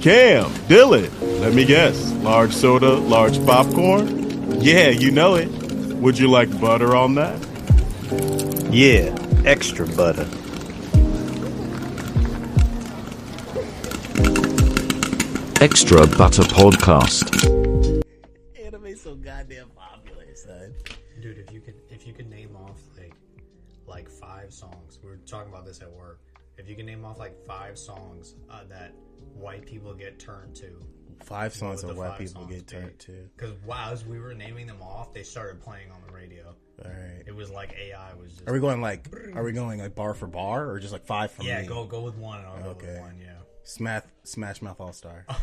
Cam, Dylan, let me guess. Large soda, large popcorn? Yeah, you know it. Would you like butter on that? Yeah, extra butter. Extra Butter Podcast. Anime's so goddamn popular, son. Dude, if you could if you could name off like like five songs, we were talking about this at work. If you can name off like five songs uh, that white people get turned to, Five songs that white people get turned to. Because wow, as we were naming them off, they started playing on the radio. All right. It was like AI was just Are we going like? Are we going like bar for bar, or just like five from yeah. me? Go go with one. and I'll go Okay. with one. Yeah, Smash, Smash Mouth All Star. stop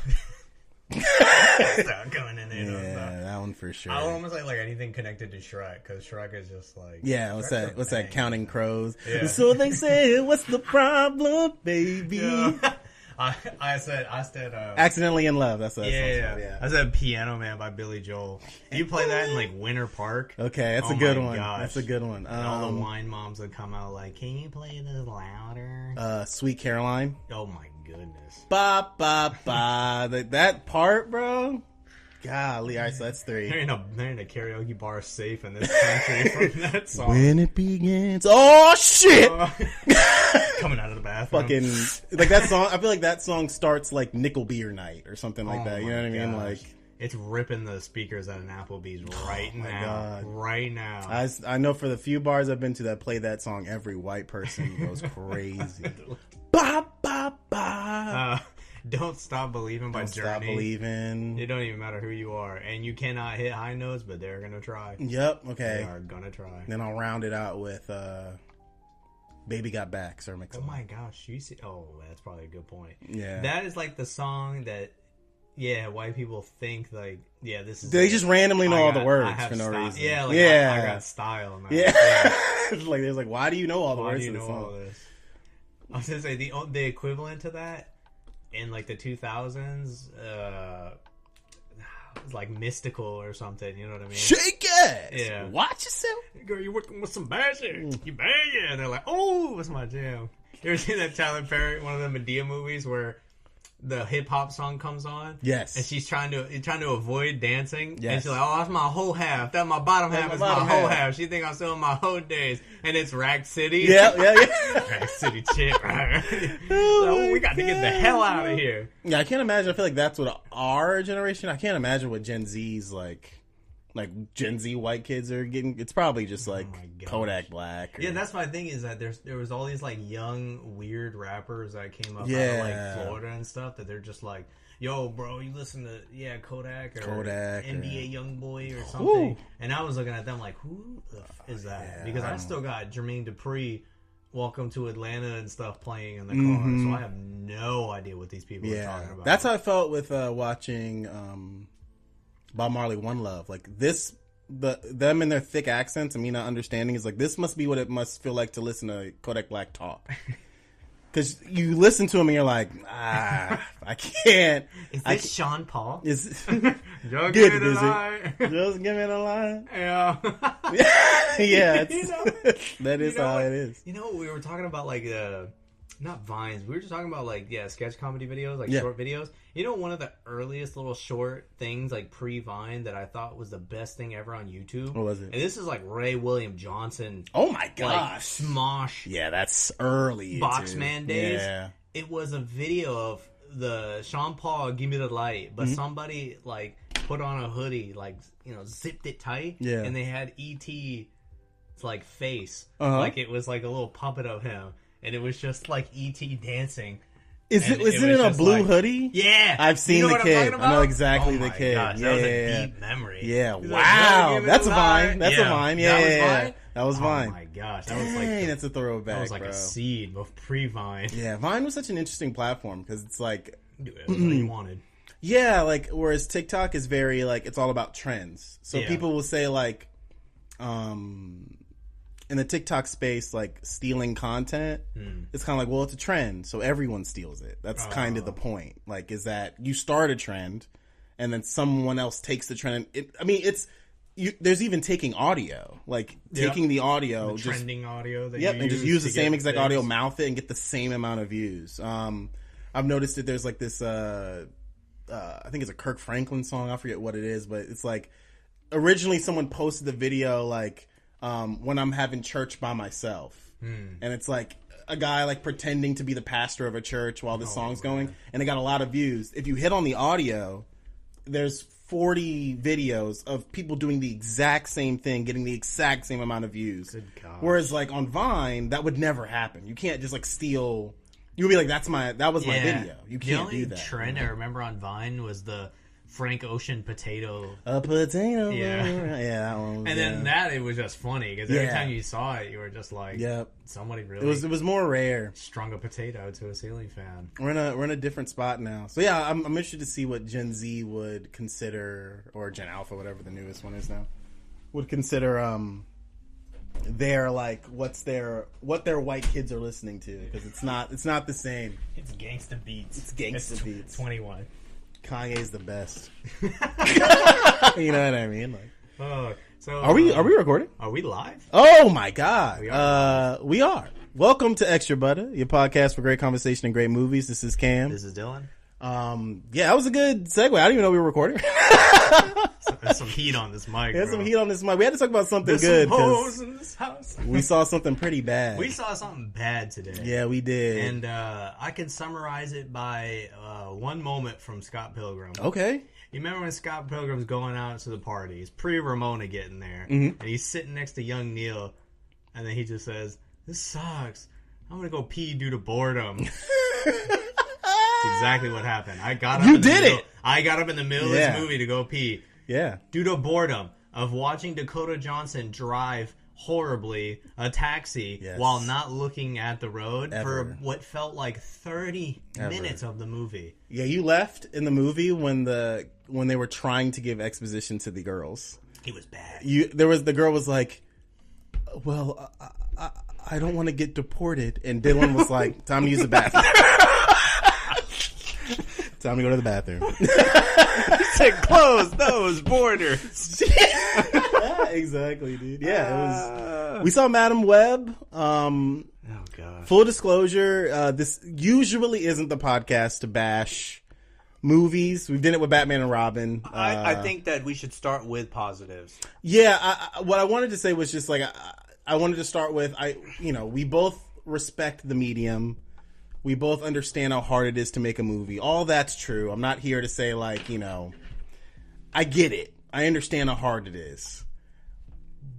going in there. don't stop. yeah, that one for sure. I would almost say like anything connected to Shrek because Shrek is just like yeah, what's Shrek's that? a What's bang. that? Counting crows. Yeah. So they say, what's the problem, baby? Yeah. I I said I said uh, Accidentally in love. That's what that yeah, song's yeah, called, I said Piano Man by Billy Joel. You play that in like Winter Park. Okay, that's Oh a good my one. gosh. That's a good one. And all Um, the wine moms would come out like, "Can you play this louder?" uh, Sweet Caroline. oh my goodness. Ba ba ba. that, that part, bro. Golly, all right, so that's There three. ain't a there ain't a karaoke bar safe in this country from that song. When it begins, oh shit! Uh, coming out of the bathroom. Fucking like that song. I feel like that song starts like Nickel Beer Night or something like Oh that. You my know what I mean? gosh. Like Oh it's ripping the speakers out of Applebee's right now, God. right now. I, s- I know for the few bars I've been to that play that song, every white person goes crazy. ba ba ba. uh, don't stop believing by Don't Journey. stop believing. It don't even matter who you are, and you cannot hit high notes, but they're gonna try. Yep. They Okay. are gonna try. Then I'll round it out with uh, "Baby Got Back." Sir Oh Mix-a-Lot. my gosh, you see? Oh, that's probably a good point. Yeah. that is like the song that, yeah, white people think like, yeah, this is. They it. just randomly know I all got- the I words have for no sty- reason. Yeah, like, yeah, I, I got style. Now. yeah. It's like there's like, why do you know all the Why words do you to know the all song? this? I was gonna say the o- the equivalent to that in like the two thousands, uh, was like mystical or something. You know what I mean? Shake ass. Yeah. Watch yourself. Girl, you working with some bashing. Mm. You banging. And they're like, oh, that's my jam. You ever seen that Tyler Perry, one of the Medea movies where the hip hop song comes on? Yes. And she's trying to trying to avoid dancing. And Yes. she's like, oh, that's my whole half. That's my bottom half. my is my bottom whole half." half. She think I'm selling my whole days. And it's Rack City. yeah, yeah, yeah. Rack City chick. right? Oh Like, my we got to get the God, hell out bro. of here. yeah, I can't imagine. I feel like that's what our generation. I can't imagine what Gen Z's like. Like Gen Z white kids are getting. It's probably just like Oh my gosh. Kodak Black. Or, Yeah, that's my thing is that there's there was all these like young weird rappers that came up out of Yeah. like Florida and stuff that they're just like, yo, bro, you listen to yeah Kodak or Kodak or- NBA YoungBoy Young Boy or something. And I was looking at them like, who the f- is that? because I, still got Jermaine Dupri, Welcome to Atlanta and stuff playing in the car, so I have no idea what these people are Mm-hmm. yeah. talking about. That's how I felt with uh, watching um, Bob Marley One Love. Like this, the them and their thick accents and me not understanding is like this must be what it must feel like to listen to Kodak Black talk. Because you listen to him and you're like, ah, I can't. is I this Sean Paul? Is You're Good, good, is it? tonight. just give it a line? yeah. yeah, it's, You know? that is You know how what- it is. You know, what we were talking about like uh not vines. We were just talking about like yeah, sketch comedy videos, like Yeah. short videos. You know, one of the earliest little short things like pre Vine that I thought was the best thing ever on YouTube. What was it? And this is like Ray William Johnson, Oh my like gosh! Smosh. yeah, that's early. Boxman too. days. Yeah, It was a video of the Sean Paul "Give Me the Light," Mm-hmm. but somebody like put on a hoodie, like you know, zipped it tight, Yeah. and they had ET 's, like face, Uh-huh. like it was like a little puppet of him, and it was just like ET dancing. is And it was it it, was in a just blue like- hoodie? Yeah, I've seen you know the what I'm kid. talking I about? know exactly Oh the my kid. gosh, Yeah, that was yeah, yeah. a deep memory. Yeah, He's like, wow, "Gotta give it that's a a lie." vine. That's Yeah. a vine. Yeah, that yeah, was yeah. Vine? that was vine. Oh my gosh, that was like Dang, the- that's a throwback, that was like bro. a seed of pre-vine. yeah, Vine was such an interesting platform because it's like, Dude, it was all you wanted. yeah, like whereas TikTok is very like it's all about trends. So Yeah. people will say like, um, in the TikTok space, like stealing content, it's kind of like, well, it's a trend, so everyone steals it. That's kind of the point. Like, is that you start a trend, and then someone else takes the trend. It, I mean, it's you, there's even taking audio, like Yeah. taking the audio, just trending audio. That Yep, you and just use the to same get exact things. audio, mouth it, and get the same amount of views. Um, I've noticed that there's like this. Uh, uh, I think it's a Kirk Franklin song. I forget what it is, but it's like originally someone posted the video like um, when I'm having church by myself, Hmm. and it's like a guy like pretending to be the pastor of a church Oh, while this song's going, and it got a lot of views. If you hit on the audio, there's 40 videos of people doing the exact same thing, getting the exact same amount of views. gosh. Whereas like on Vine, that would never happen. You can't just like steal. You'll be like, "That's my that was my Yeah. video." You the can't only do that. trend I remember on Vine was the Frank Ocean potato, a potato. Yeah. yeah, that one. was- and yeah. then that it was just funny because every Yeah. time you saw it, you were just like, Yep. somebody really it was it was more rare. strung a potato to a ceiling fan." We're in a we're in a different spot now. So yeah, I'm, I'm interested to see what Gen Z would consider or Gen Alpha, whatever the newest one is now, would consider um their like what's their what their white kids are listening to because it's not it's not the same. It's gangsta beats. It's gangsta tw- beats. Twenty-one. Kanye's the best. you know what I mean? Like, Oh, so are we uh, are we recording? are we live? Oh my god. We are. are. Uh, we are. Welcome to Extra Butter, your podcast for great conversation and great movies. This is Cam. This is Dylan. Um, yeah, that was a good segue. I didn't even know we were recording. There's some heat on this mic. There's bro. some heat on this mic. We had to talk about something There's good some hoes 'cause in this house. we saw something pretty bad. We saw something bad today. yeah, we did. And uh, I can summarize it by uh, one moment from Scott Pilgrim. okay. You remember when Scott Pilgrim's going out to the party? He's pre Ramona getting there, Mm-hmm. and he's sitting next to young Neil, and then he just says, "This sucks. I'm gonna go pee due to boredom." It's exactly what happened. I got up You in the did middle- it! I got up in the middle of Yeah. this movie to go pee Yeah. due to boredom of watching Dakota Johnson drive horribly a taxi Yes. while not looking at the road Ever. for what felt like 30 minutes of the movie. Yeah, you left in the movie when the when they were trying to give exposition to the girls. It was bad. you there was the girl was like well i, I, I don't want to get deported and dylan was like time to use the bathroom time to go to the bathroom said close those borders. yeah, exactly dude yeah it Ah. was we saw madam web um Oh god. full disclosure uh this usually isn't the podcast to bash movies we've done it with batman and robin uh, I, I think that we should start with positives. Yeah, I, I, what I wanted to say was just like I, I wanted to start with I, you know, we both respect the medium. We both understand how hard it is to make a movie. All that's true. I'm not here to say like you know, I get it. I understand how hard it is.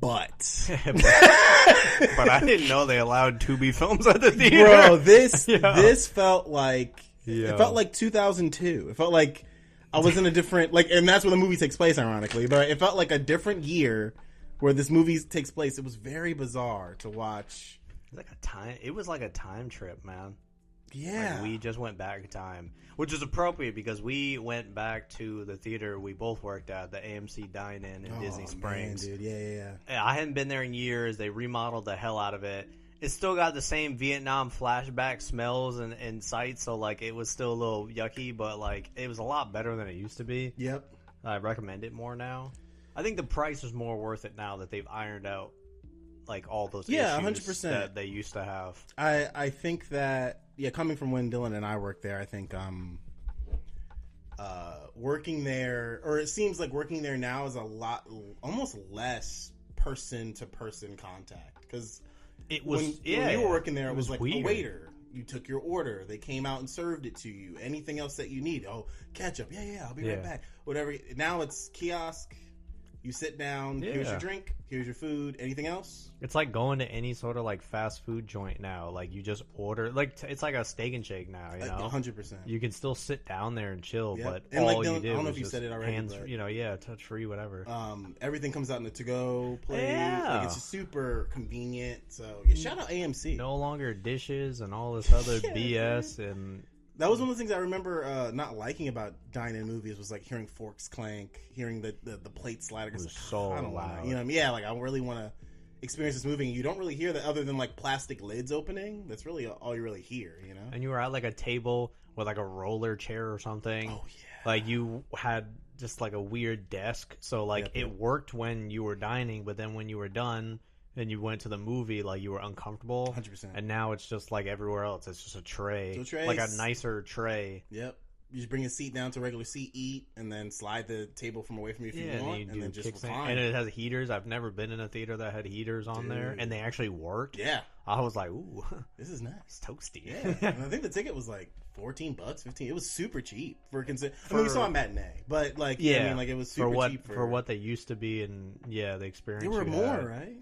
But But I didn't know they allowed to be films at the theater. bro, this this felt like Yeah. it felt like 2002. It felt like I was in a different like, and that's where the movie takes place, ironically. But it felt like a different year where this movie takes place. It was very bizarre to watch. It's like a time. It was like a time trip, man. Yeah, Like we just went back in time, which is appropriate because we went back to the theater we both worked at, the AMC Dine-In in Oh, Disney man, Springs. dude. Yeah, yeah, yeah. I hadn't been there in years. They remodeled the hell out of it. It still got the same Vietnam flashback smells and, and sights, so like it was still a little yucky, but like it was a lot better than it used to be. Yep. I recommend it more now. I think the price is more worth it now that they've ironed out like all those Yeah, issues 100%. that they used to have. I I think that yeah, coming from when Dylan and I worked there, I think um uh working there or it seems like working there now is a lot almost less person to person contact cuz It was when, yeah, when you were working there it, It was, like was oh, weird. a waiter you took your order they came out and served it to you anything else that you need oh ketchup yeah yeah I'll be Yeah. right back whatever now it's kiosk you sit down here's Yeah. your drink here's your food anything else It's like going to any sort of like fast food joint now. Like you just order like t- it's like a steak and shake now, you Like, know. 100% you can still sit down there and chill, Yep. but And, all like, you don't- did I don't know was if you just said it already, hands, but- you know, yeah, touch free, whatever. Um, everything comes out in the to-go plate. Yeah. Like, it's just super convenient. So yeah, shout out AMC. no longer dishes and all this other Yeah, BS, and That was one of the things I remember uh, not liking about dining in movies was like hearing forks clank, hearing the the, the plate slider. It was It's like, so I don't wanna- loud. You know, what I mean? yeah, like I really want to experience this movie. And you don't really hear that other than like plastic lids opening. That's really all you really hear. You know. and you were at like a table with like a roller chair or something. Oh yeah. Like you had just like a weird desk. So like Yep, it yep. worked when you were dining, but then when you were done and you went to the movie, like you were uncomfortable. 100%. And now it's just like everywhere else. It's just a tray, So trays. like a nicer tray. Yep. You just bring a seat down to a regular seat, eat, and then slide the table from away from you if you want, you and, do then just kickstand- recline. and it has heaters. I've never been in a theater that had heaters on there, and they actually worked. yeah, I was like, ooh, this is nice. it's toasty. Yeah, and I think the ticket was like fourteen bucks, fifteen. It was super cheap for consider. I mean, we For- saw a matinee, but like, yeah, I mean, like it was super for what cheap for, what they used to be, and yeah, the experience. There were you more, had. right?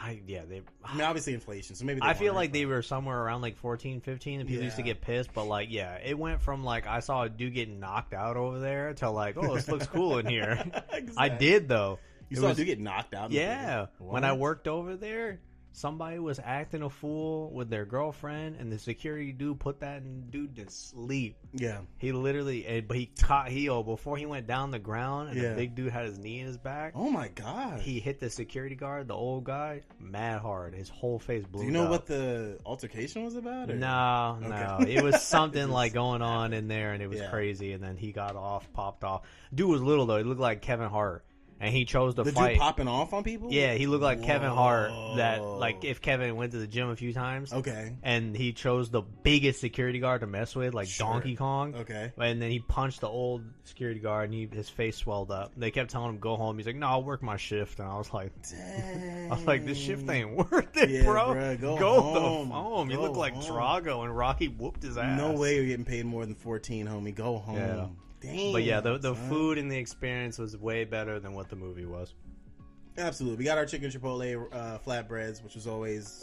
I yeah, they. I mean, obviously inflation, so maybe they I feel weren't, like they but- were somewhere around like 14, 15, and people used to Yeah. get pissed. But like, yeah, it went from like I saw a dude getting knocked out over there to like, oh, this looks cool in here. I Exactly. did though. You It saw was- do get knocked out. in the Yeah, theater? when I What? worked over there, somebody was acting a fool with their girlfriend, and the security dude put that dude to sleep. yeah, He literally, eh, but he caught heel before he went down the ground, and Yeah. the big dude had his knee in his back. oh my god, He hit the security guard, the old guy, mad hard. His whole face blew. do you know what the altercation was about? Or? No, no. Okay. It was something like going on in there, and it was Yeah. crazy. And then he got off, popped off. Dude was little though. He looked like Kevin Hart, and he chose to the fight. dude popping off on people. yeah, he looked like Kevin Hart. That Whoa. like if Kevin went to the gym a few times, Okay. and he chose the biggest security guard to mess with, like Sure. Donkey Kong. Okay. And then he punched the old security guard, and he, his face swelled up. They kept telling him go home. He's like, "No, I'll work my shift." And I was like, Dang. I was like, this shift ain't worth it, Yeah, bro. bruh, go home. the home. You Go look like home. Drago and Rocky whooped his ass. No way you're getting paid more than 14, homie. Go home. Yeah. Damn. But yeah, the, the son. food and the experience was way better than what the movie was. Absolutely. We got our chicken chipotle uh, flatbreads, which was always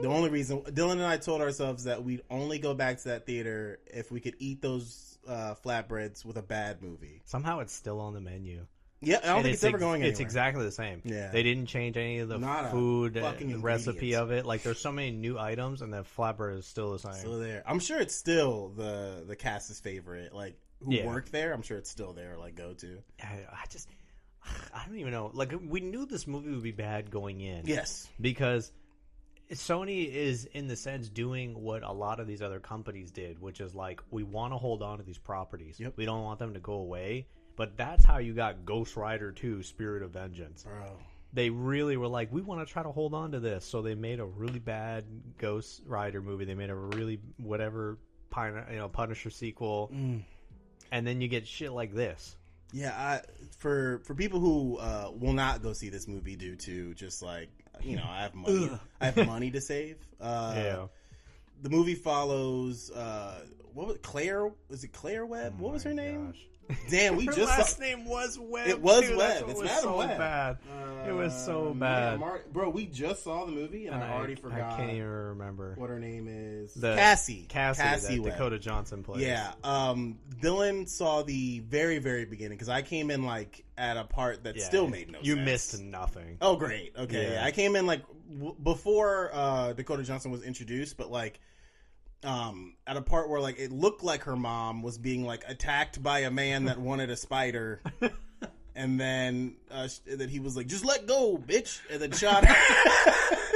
the only reason. Dylan and I told ourselves that we'd only go back to that theater if we could eat those uh, flatbreads with a bad movie. Somehow it's still on the menu. Yeah, I don't And think it's, ever ex- going anywhere. It's exactly the same. Yeah. They didn't change any of the Not a food fucking uh, recipe ingredient. of it. Like there's so many new items, and the flatbread is still the same. Still there. I'm sure it's still the the cast's favorite. Like who Yeah. worked there, I'm sure it's still there. Like go to. I, I just, I don't even know. Like we knew this movie would be bad going in. Yes. because Sony is in the sense doing what a lot of these other companies did, which is like we want to hold on to these properties. Yep. We don't want them to go away. But that's how you got Ghost Rider 2 Spirit of Vengeance. Bro. They really were like, we want to try to hold on to this. So they made a really bad Ghost Rider movie. They made a really whatever Pine, you know, Punisher sequel. And then you get shit like this. Yeah, I, for for people who uh, will not go see this movie due to just like you know, I have money, I have money to save. Uh, yeah. The movie follows uh, what was Claire? Was it Claire Webb? what was her name? Damn, we Oh Her just last saw, name was Webb. It was too. Webb. That's what It's was Madam so Webb. bad. it was so Um, bad. yeah, Mar- bro. We just saw the movie and, And I already forgot I can't even remember. what her name is. The- Cassie. Cassie, that Webb. Dakota Johnson plays. Yeah, um, Dylan saw the very, very beginning because I came in like at a part that Yeah. still made no You sense. missed nothing. Oh, great. Okay. Yeah. Yeah. I came in like w- before uh, Dakota Johnson was introduced, but like um, at a part where like it looked like her mom was being like attacked by a man that wanted a spider. And then uh, sh- that he was like, just let go, bitch, and then shot her.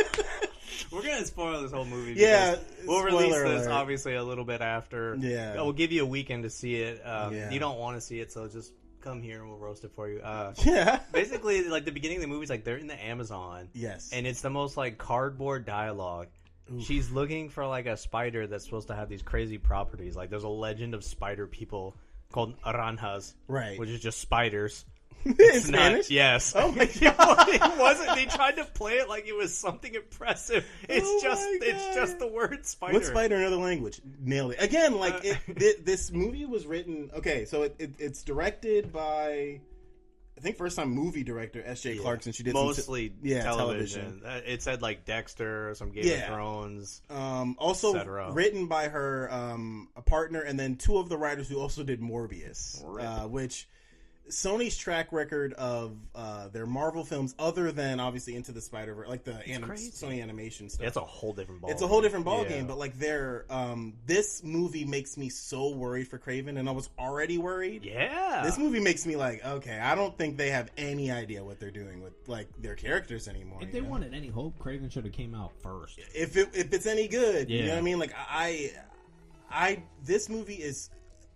We're gonna spoil this whole movie. Yeah, because we'll release spoiler this alert. obviously a little bit after. Yeah. we'll give you a weekend to see it. Um, Yeah. You don't want to see it, so just come here and we'll roast it for you. Uh, yeah. basically, like the beginning of the movie is like they're in the Amazon. Yes. and it's the most like cardboard dialogue. She's looking for like a spider that's supposed to have these crazy properties. Like there's a legend of spider people called aranjas, Right. Which is just spiders. in It's not- Spanish? yes. Oh my it wasn't. They tried to play it like it was something impressive. It's Oh just my God. it's just the word spider. Uh, What's spider in another language? Nailed it again. Like it, thi- this movie was written. Okay, so it, it, it's directed by, I think first time movie director S. J. Clarkson. She did some t- mostly yeah, television. Uh, It said like Dexter, some Game Yeah. of Thrones. Um, also cetera. written by her um, a partner, and then two of the writers who also did Morbius, uh, which Sony's track record of uh, their Marvel films, other than obviously Into the Spider Verse, like the anim- crazy. Sony animation stuff. That's a whole different ball. it's a whole different ball Yeah. game but like they're um this movie makes me so worried for craven and i was already worried yeah. this movie makes me like okay i don't think they have any idea what they're doing with like their characters anymore If you they know? wanted any hope, Craven should have came out first. if it, if it's any good you know Yeah. what i mean like i i this movie is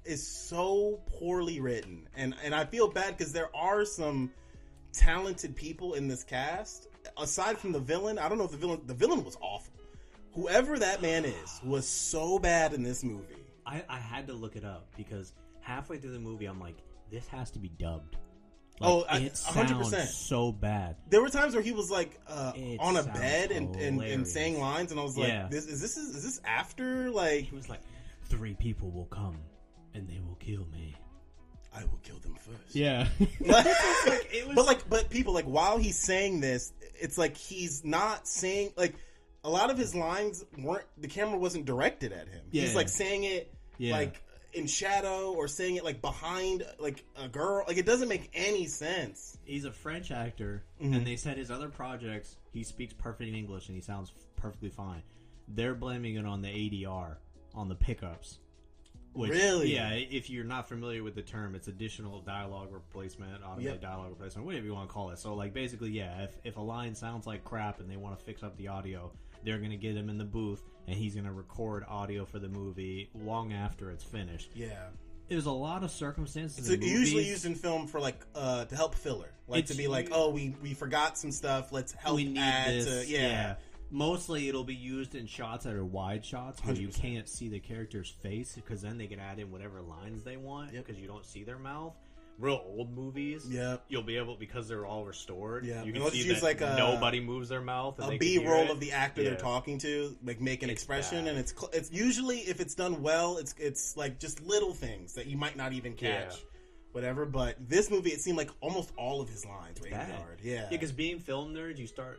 is so poorly written, and and I feel bad because there are some talented people in this cast. Aside from the villain, I don't know if the villain the villain was awful. Whoever that man is was so bad in this movie. I, I had to look it up because halfway through the movie, I'm like, this has to be dubbed. Oh, I- it 100%. sounds so bad. There were times where he was like uh, It on a sounds bed and, and, and hilarious. saying lines, and I was like, Yeah. "This is this is, is this after like He was like, three people will come and they will kill me. I will kill them first. Yeah. it was... But like, but people like while he's saying this, it's like he's not saying like a lot of his lines weren't. The camera wasn't directed at him. Yeah. He's like saying it Yeah. like in shadow or saying it like behind like a girl. Like it doesn't make any sense. He's a French actor, Mm-hmm. and they said his other projects, he speaks perfect English and he sounds f- perfectly fine. They're blaming it on the ADR, on the pickups. Which, Really? Yeah, if you're not familiar with the term, it's additional dialogue replacement, automated Yep. dialogue replacement, whatever you want to call it. So, like, basically, yeah, if, if a line sounds like crap and they want to fix up the audio, they're going to get him in the booth and he's going to record audio for the movie long after it's finished. Yeah. There's a lot of circumstances. It's in usually movies- used in film for like uh to help filler, like to It's- be like, oh, we we forgot some stuff. Let's help we need add this. to yeah. yeah. Mostly it'll be used in shots that are wide shots where you 100%. can't see the character's face because then they can add in whatever lines they want Yep. because you don't see their mouth. Real old movies, Yep. you'll be able because they're all restored. Yeah. you And can let's see use, that like, a- nobody moves their mouth. A And they can B hear roll it. of the actor they're Yeah. talking to, like make an It's expression, bad. and it's cl- it's usually if it's done well, it's it's like just little things that you might not even Yeah. catch, whatever. But this movie, it seemed like almost all of his lines were Bad. ADR'd. Yeah, because being film nerds, you start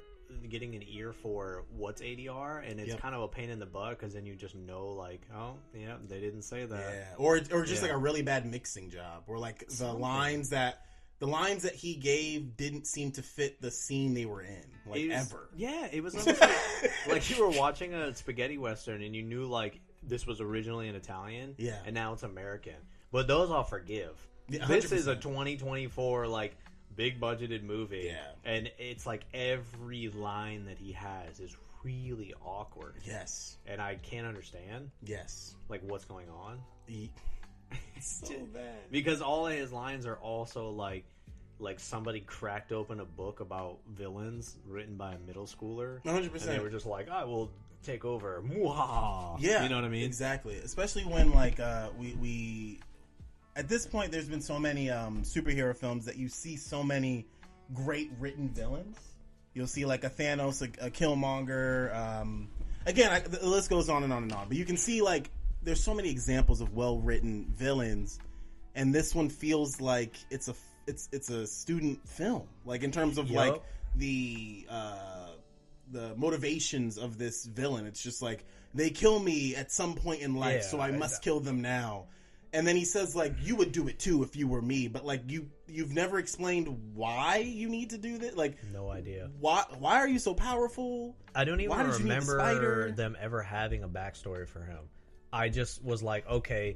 getting an ear for what's ADR, and it's Yep. kind of a pain in the butt because then you just know like, oh yeah, they didn't say that. Yeah, or or just Yeah. like a really bad mixing job, or like the lines that the lines that he gave didn't seem to fit the scene they were in, like It was- ever. Yeah, it was almost like, like you were watching a spaghetti western and you knew like this was originally an Italian, Yeah. and now it's American. But those I'll forgive. Yeah, this is a 100%. 2024 like big budgeted movie, Yeah. and it's like every line that he has is really awkward, Yes, and I can't understand yes. like what's going on E- so bad. because all of his lines are also like. Like somebody cracked open a book about villains written by a middle schooler, One hundred and they percent. were just like, "I will take over." Mwah. Yeah, you know what I mean. Exactly, especially when like uh, we we at this point, there's been so many um, superhero films that you see so many great written villains. You'll see like a Thanos, a, a Killmonger. Um, again, I, the list goes on and on and on. But you can see like there's so many examples of well written villains, and this one feels like it's a it's it's a student film. Like in terms of like the uh, the motivations of this villain, it's just like they kill me at some point in life, so I must kill them now and then he says like you would do it too if you were me but like you you've never explained why you need to do this like No idea. why why are you so powerful I don't even Why did you need the remember spider? them ever having a backstory for him. I just was like, okay,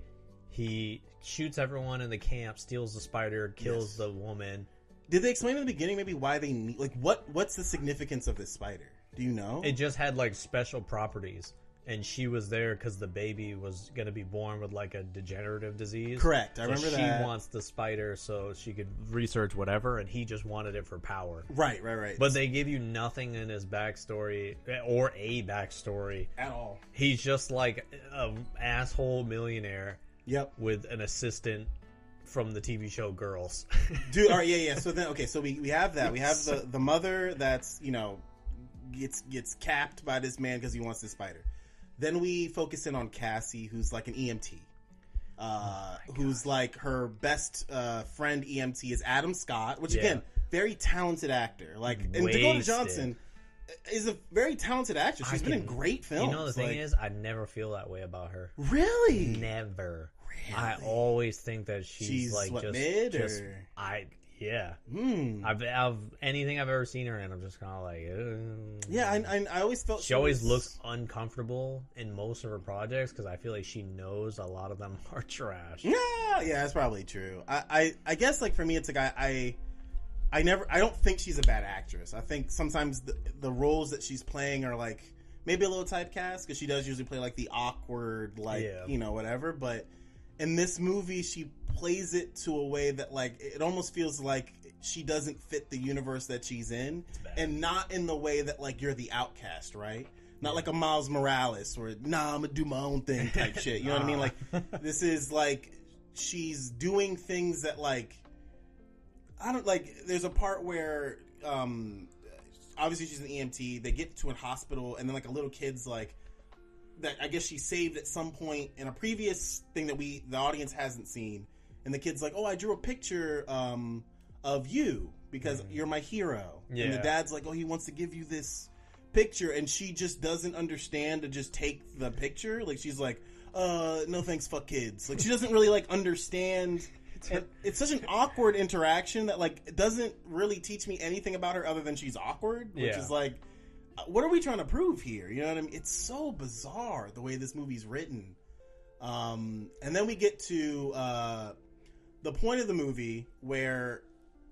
he shoots everyone in the camp, steals the spider, kills Yes. the woman. did they explain in the beginning maybe why they need like what what's the significance of this spider do you know It just had like special properties, and she was there because the baby was gonna be born with like a degenerative disease. correct i So remember she that wants the spider so she could research whatever, and he just wanted it for power. right right right But they give you nothing in his backstory or a backstory. at all He's just like a asshole millionaire yep with an assistant from the TV show Girls. dude all right yeah yeah so then okay so we, we have that we have the the mother that's you know gets gets capped by this man because he wants the spider then we focus in on cassie who's like an emt uh, Oh who's like her best uh, friend emt is adam scott which again very talented actor like and dakota Wasted. johnson is a very talented actress She's been in great films you know the thing like- is, I never feel that way about her. really Never. I always think that she's, She's, like what, just, mid, just- or- I yeah. Hmm. I've, I've anything I've ever seen her in, I'm just kind of like, "Ugh." yeah I, I, I always felt She always was- looks uncomfortable in most of her projects because I feel like she knows a lot of them are trash. Yeah, yeah, that's probably true. I, I, I guess like for me, it's like I, I, I never, I don't think she's a bad actress. I think sometimes the the roles that she's playing are like maybe a little typecast because she does usually play like the awkward, like Yeah. you know whatever. But in this movie she plays it to a way that like it almost feels like she doesn't fit the universe that she's in and not in the way that like you're the outcast right not like a miles morales where nah i'm gonna do my own thing type shit you know what i mean like this is like she's doing things that like i don't like there's a part where um obviously she's an emt they get to a hospital and then like a little kid's like that I guess she saved at some point in a previous thing that we the audience hasn't seen, and the kid's like, "Oh, I drew a picture um, of you because you're my hero." And the Yeah. dad's like, "Oh, he wants to give you this picture," and she just doesn't understand to just take the picture. Like she's like, "Uh, no thanks, fuck kids." Like she doesn't really like understand. And it's such an awkward interaction that like it doesn't really teach me anything about her other than she's awkward, which Yeah. is like uh, what are we trying to prove here? You know what I mean? It's so bizarre the way this movie's written. Um, and then we get to uh, the point of the movie where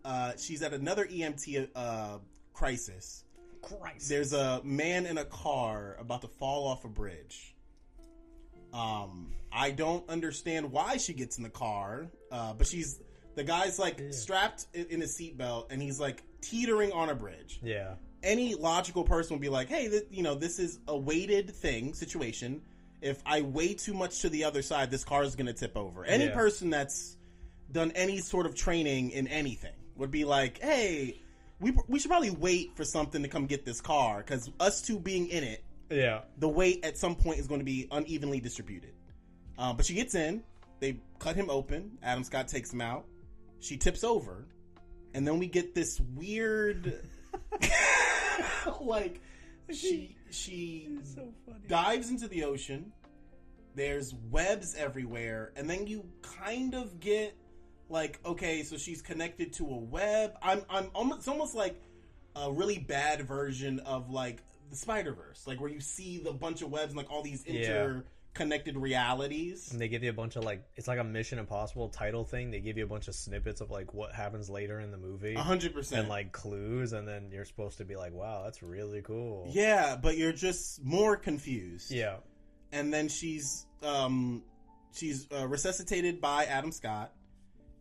uh, she's at another EMT uh, crisis. Christ. There's a man in a car about to fall off a bridge. Um, I don't understand why she gets in the car, uh, but she's the guy's like strapped in in his seatbelt and he's like teetering on a bridge Yeah. any logical person would be like, hey, th- you know, this is a weighted thing situation. If I weigh too much to the other side, this car is going to tip over. Any Yeah. person that's done any sort of training in anything would be like, hey, we, we should probably wait for something to come get this car because us two being in it, Yeah. the weight at some point is going to be unevenly distributed. Uh, but she gets in. They cut him open. Adam Scott takes him out. She tips over, and then we get this weird, like she she dives into the ocean. There's webs everywhere, and then you kind of get like, okay, so she's connected to a web. I'm I'm almost it's almost like a really bad version of like the Spider Verse, like where you see the bunch of webs and like all these Yeah. interconnected realities. And they give you a bunch of like it's like a Mission Impossible title thing. They give you a bunch of snippets of like what happens later in the movie. A hundred percent. And like clues, and then you're supposed to be like, "Wow, that's really cool." yeah, but you're just more confused. yeah, and then she's um she's uh, resuscitated by Adam Scott,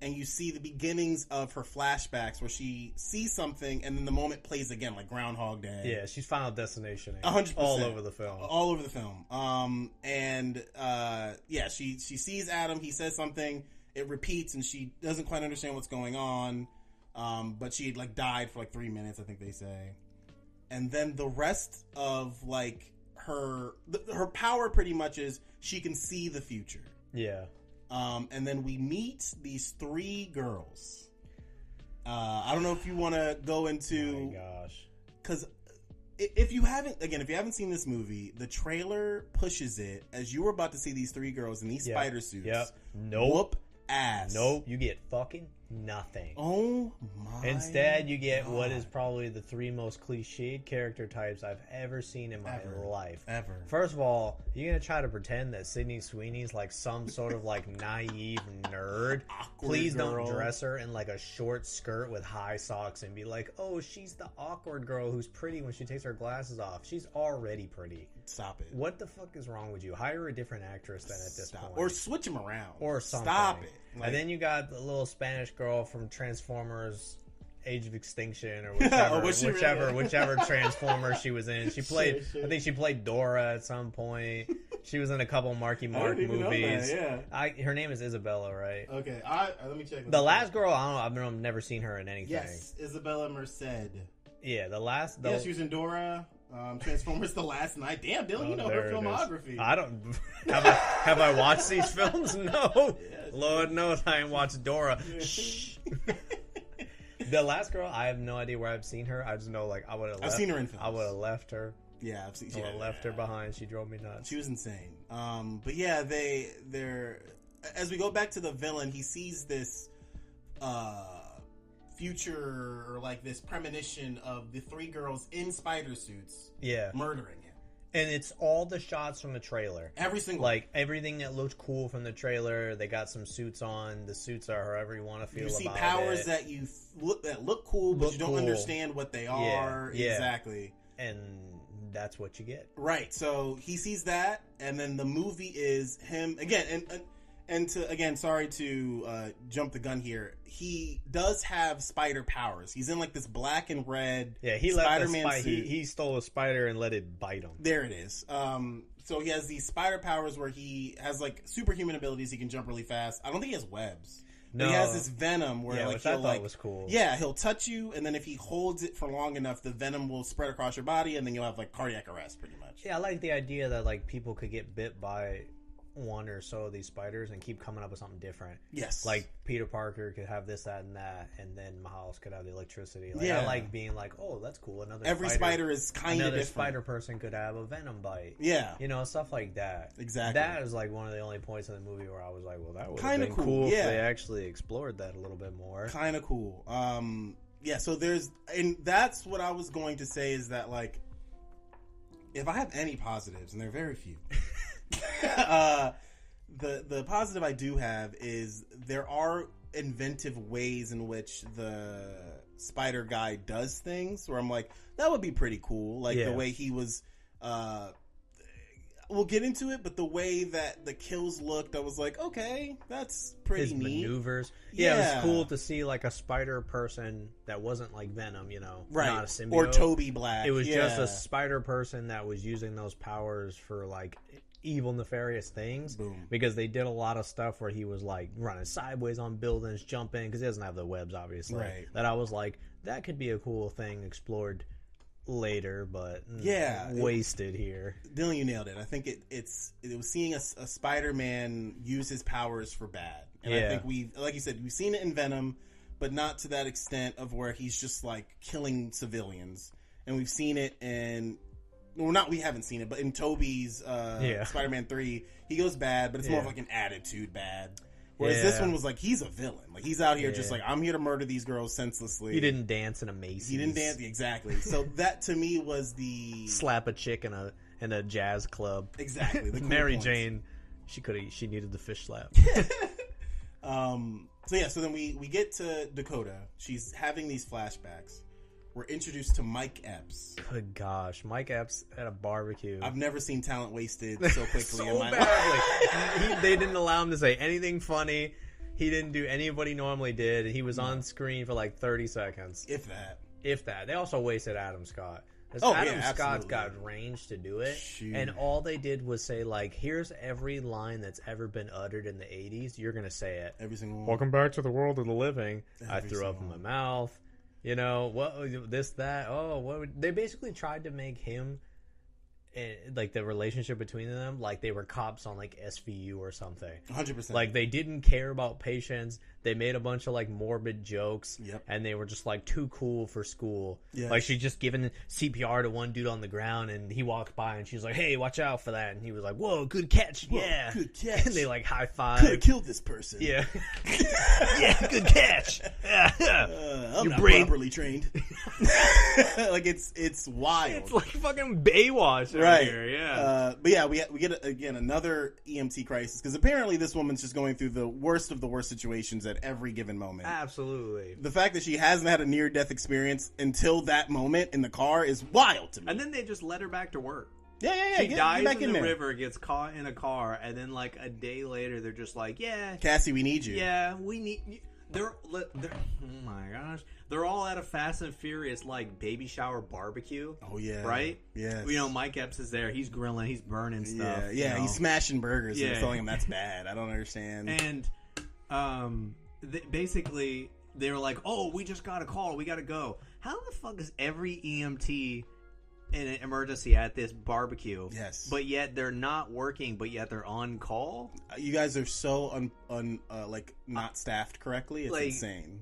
and you see the beginnings of her flashbacks where she sees something, and then the moment plays again, like Groundhog Day. yeah. She's Final Destination A hundred all percent. over the film. all over the film. Um, and uh, yeah, she she sees Adam. He says something. It repeats, and she doesn't quite understand what's going on. Um, but she had, like died for like three minutes, I think they say. And then the rest of like her th- her power pretty much is she can see the future. yeah, Um, and then we meet these three girls. Uh, I don't know if you want to go oh into my gosh, because if you haven't again if you haven't seen this movie the trailer pushes it as you were about to see these three girls in these Yeah. spider suits Yep. Nope. whoop ass Nope. You get fucking nothing. oh my Instead, you get what God. is probably the three most cliched character types I've ever seen in my Ever. life. ever First of all, you're gonna try to pretend that Sydney Sweeney's like some sort of like naive nerd. Awkward Please girl. don't dress her in like a short skirt with high socks and be like, "Oh, she's the awkward girl who's pretty when she takes her glasses off. She's already pretty." stop it What the fuck is wrong with you? Hire a different actress then at this stop point, or switch them around or something. stop it Like, and then you got the little Spanish girl from Transformers. Age of Extinction, or whichever, was she really? whichever, whichever Transformer she was in. She played. I think she played Dora at some point. She was in a couple Marky I Mark didn't even know that, movies. yeah Uh, I, her name is Isabella, right? okay I, let me check The last girl, I don't know. I've, never- I've never seen her in anything. yes isabella merced Yeah, the last. The, yes she was in dora um, transformers the last night damn dylan you know Oh, There her it is. filmography I don't. Have I, have I watched these films? No. Lord knows I ain't watched Dora. Shh. the last girl, I have no idea where I've seen her. I just know like I would have. I've seen her in films. I would have left her. yeah i've seen I would have yeah. left her behind. She drove me nuts. She was insane. Um, but yeah, they they're as we go back to the villain, he sees this uh, future or like this premonition of the three girls in spider suits yeah, murdering him. and it's all the shots from the trailer. Every single Like everything that looked cool from the trailer, they got some suits on. The suits are however you want to feel. you see about powers it. that you th- look that look cool, but Look you don't cool. understand what they are yeah. exactly. and that's what you get. Right. So he sees that, and then the movie is him again. And, and and to again, sorry to uh, jump the gun here. He does have spider powers. He's in like this black and red. Yeah, he left a Spider-Man spy- he, suit. he stole a spider and let it bite him. There it is. Um, so he has these spider powers where he has like superhuman abilities. He can jump really fast. I don't think he has webs. But he No. has this venom where Yeah, like which I he'll thought like was cool. yeah he'll touch you and then if he holds it for long enough the venom will spread across your body and then you'll have like cardiac arrest pretty much. Yeah, I like the idea that like people could get bit by one or so of these spiders and keep coming up with something different. Yes. Like Peter Parker could have this, that, and that, and then Miles could have the electricity. Like, Yeah. I like being like, oh, that's cool. Another every spider, is kind of another different. spider person could have a venom bite. Yeah. You know, stuff like that. Exactly. That is like one of the only points in the movie where I was like, well, that would have Kinda been cool, cool, if yeah. they actually explored that a little bit more. kind of cool. Um, yeah, so there's, and that's what I was going to say is that like, if I have any positives, and there are very few, uh, the the positive I do have is there are inventive ways in which the spider guy does things. Where I'm like, that would be pretty cool. Like the Yeah. way he was. Uh, We'll get into it, but the way that the kills looked, I was like, okay, that's pretty His neat. maneuvers. Yeah. it Yeah. was cool to see like a spider person that wasn't like Venom, you know, right? not a symbiote. or Toby Black. It was just Yeah. a spider person that was using those powers for like evil, nefarious things. Boom. Because they did a lot of stuff where he was like running sideways on buildings, jumping because he doesn't have the webs, obviously. Right. That I was like, that could be a cool thing explored later, but mm, Yeah, it- wasted here. Dylan, you nailed it. I think it, it's it was seeing a, s- a Spider-Man use his powers for bad, and I Yeah. think we, like you said, we've seen it in Venom, but not to that extent of where he's just like killing civilians, and we've seen it in. Well, not we haven't seen it, but in Toby's uh, Yeah. Spider-Man Three, he goes bad, but it's more of Yeah. like an attitude bad. Whereas this Yeah. one was like he's a villain, like he's out here just Yeah. like I'm here to murder these girls senselessly. He didn't dance in a maze. He didn't dance exactly. So that to me was the Slap a chick in a in a jazz club. Exactly. The cool Mary points. Jane, she could have. She needed the fish slap. Um, so yeah, so then we we get to Dakota. She's having these flashbacks. We're introduced to Mike Epps. Good gosh, Mike Epps at a barbecue. I've never seen talent wasted so quickly in so my life. bad. Like, he, they didn't allow him to say anything funny. He didn't do anybody normally did. He was on screen for like 30 seconds, If that. if that. They also wasted Adam Scott. 'Cause Oh, yeah, Adam Scott's absolutely. got range to do it, Shoot. and all they did was say like, "Here's every line that's ever been uttered in the '80s. You're gonna say it." Every single one. Welcome back to the world of the living. I Every threw up in single my mouth. You know what? This that. Oh, what? Would, they basically tried to make him, eh, like the relationship between them, like they were cops on like SVU or something. 100%. Like they didn't care about patients. They made a bunch of like morbid jokes, Yep. and they were just like too cool for school. Yes. Like she just giving CPR to one dude on the ground, and he walked by, and she's like, "Hey, watch out for that!" And he was like, "Whoa, good catch, yeah, good catch. And they like high could have five. killed this person. Yeah. yeah, good catch. Yeah. Uh, I'm Your not brain- properly trained. like it's it's wild. it's like fucking Baywatch out right. here, yeah. Uh, but yeah, we we get again another EMT crisis because apparently this woman's just going through the worst of the worst situations at every given moment. Ah. Absolutely. the fact that she hasn't had a near death experience until that moment in the car is wild to me. And then they just let her back to work. yeah, yeah, yeah. She get, dies get back in, the there. river, gets caught in a car, and then like a day later, they're just like, "Yeah, Cassie, we need you. yeah, we need." They're, li- they're oh my gosh, they're all at a Fast and Furious like baby shower barbecue. Oh yeah. right? Yes. You know, Mike Epps is there. He's grilling. He's burning stuff. Yeah, you yeah. know. He's smashing burgers and Yeah. telling him that's bad. I don't understand. and um, th- basically they were like, "Oh, we just got a call. We got to go." How the fuck is every EMT in an emergency at this barbecue? Yes. but yet they're not working, but yet they're on call. Uh, you guys are so un, un uh, like not staffed correctly. It's Like- insane.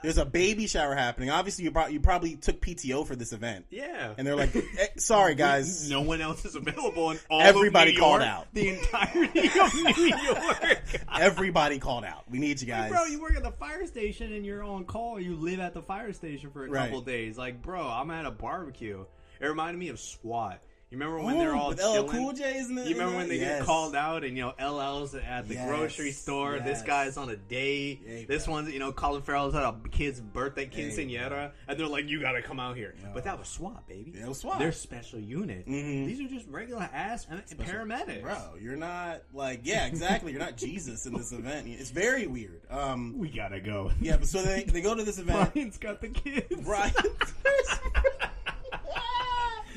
There's a baby shower happening. Obviously, you probably you probably took PTO for this event. Yeah, And they're like, eh, sorry guys. no one else is available, and all Everybody of New called York- out. The entirety of New York. Everybody called out. We need you guys. Bro, you work at the fire station and you're on call. You live at the fire station for a Right. couple days. Like, bro, I'm at a barbecue. It reminded me of SWAT. You remember when they're all Oh, with LL chilling? Cool J is in the, You remember in when the- they Yes. get called out and you know LL's at the Yes, grocery store. This yes. guy's on a date. Yeah, this bro. one's you know Colin Farrell's at a kid's birthday Yeah, quinceanera, and they're like, "You got to come out here." But that was SWAT, baby. It was SWAT. Mm-hmm. They're special unit. These are just regular ass and paramedics. Bro, you're not like yeah, exactly. You're not Jesus in this event. It's very weird. Um, We gotta go. yeah, but so they they go to this event. Brian's got the kids. Brian,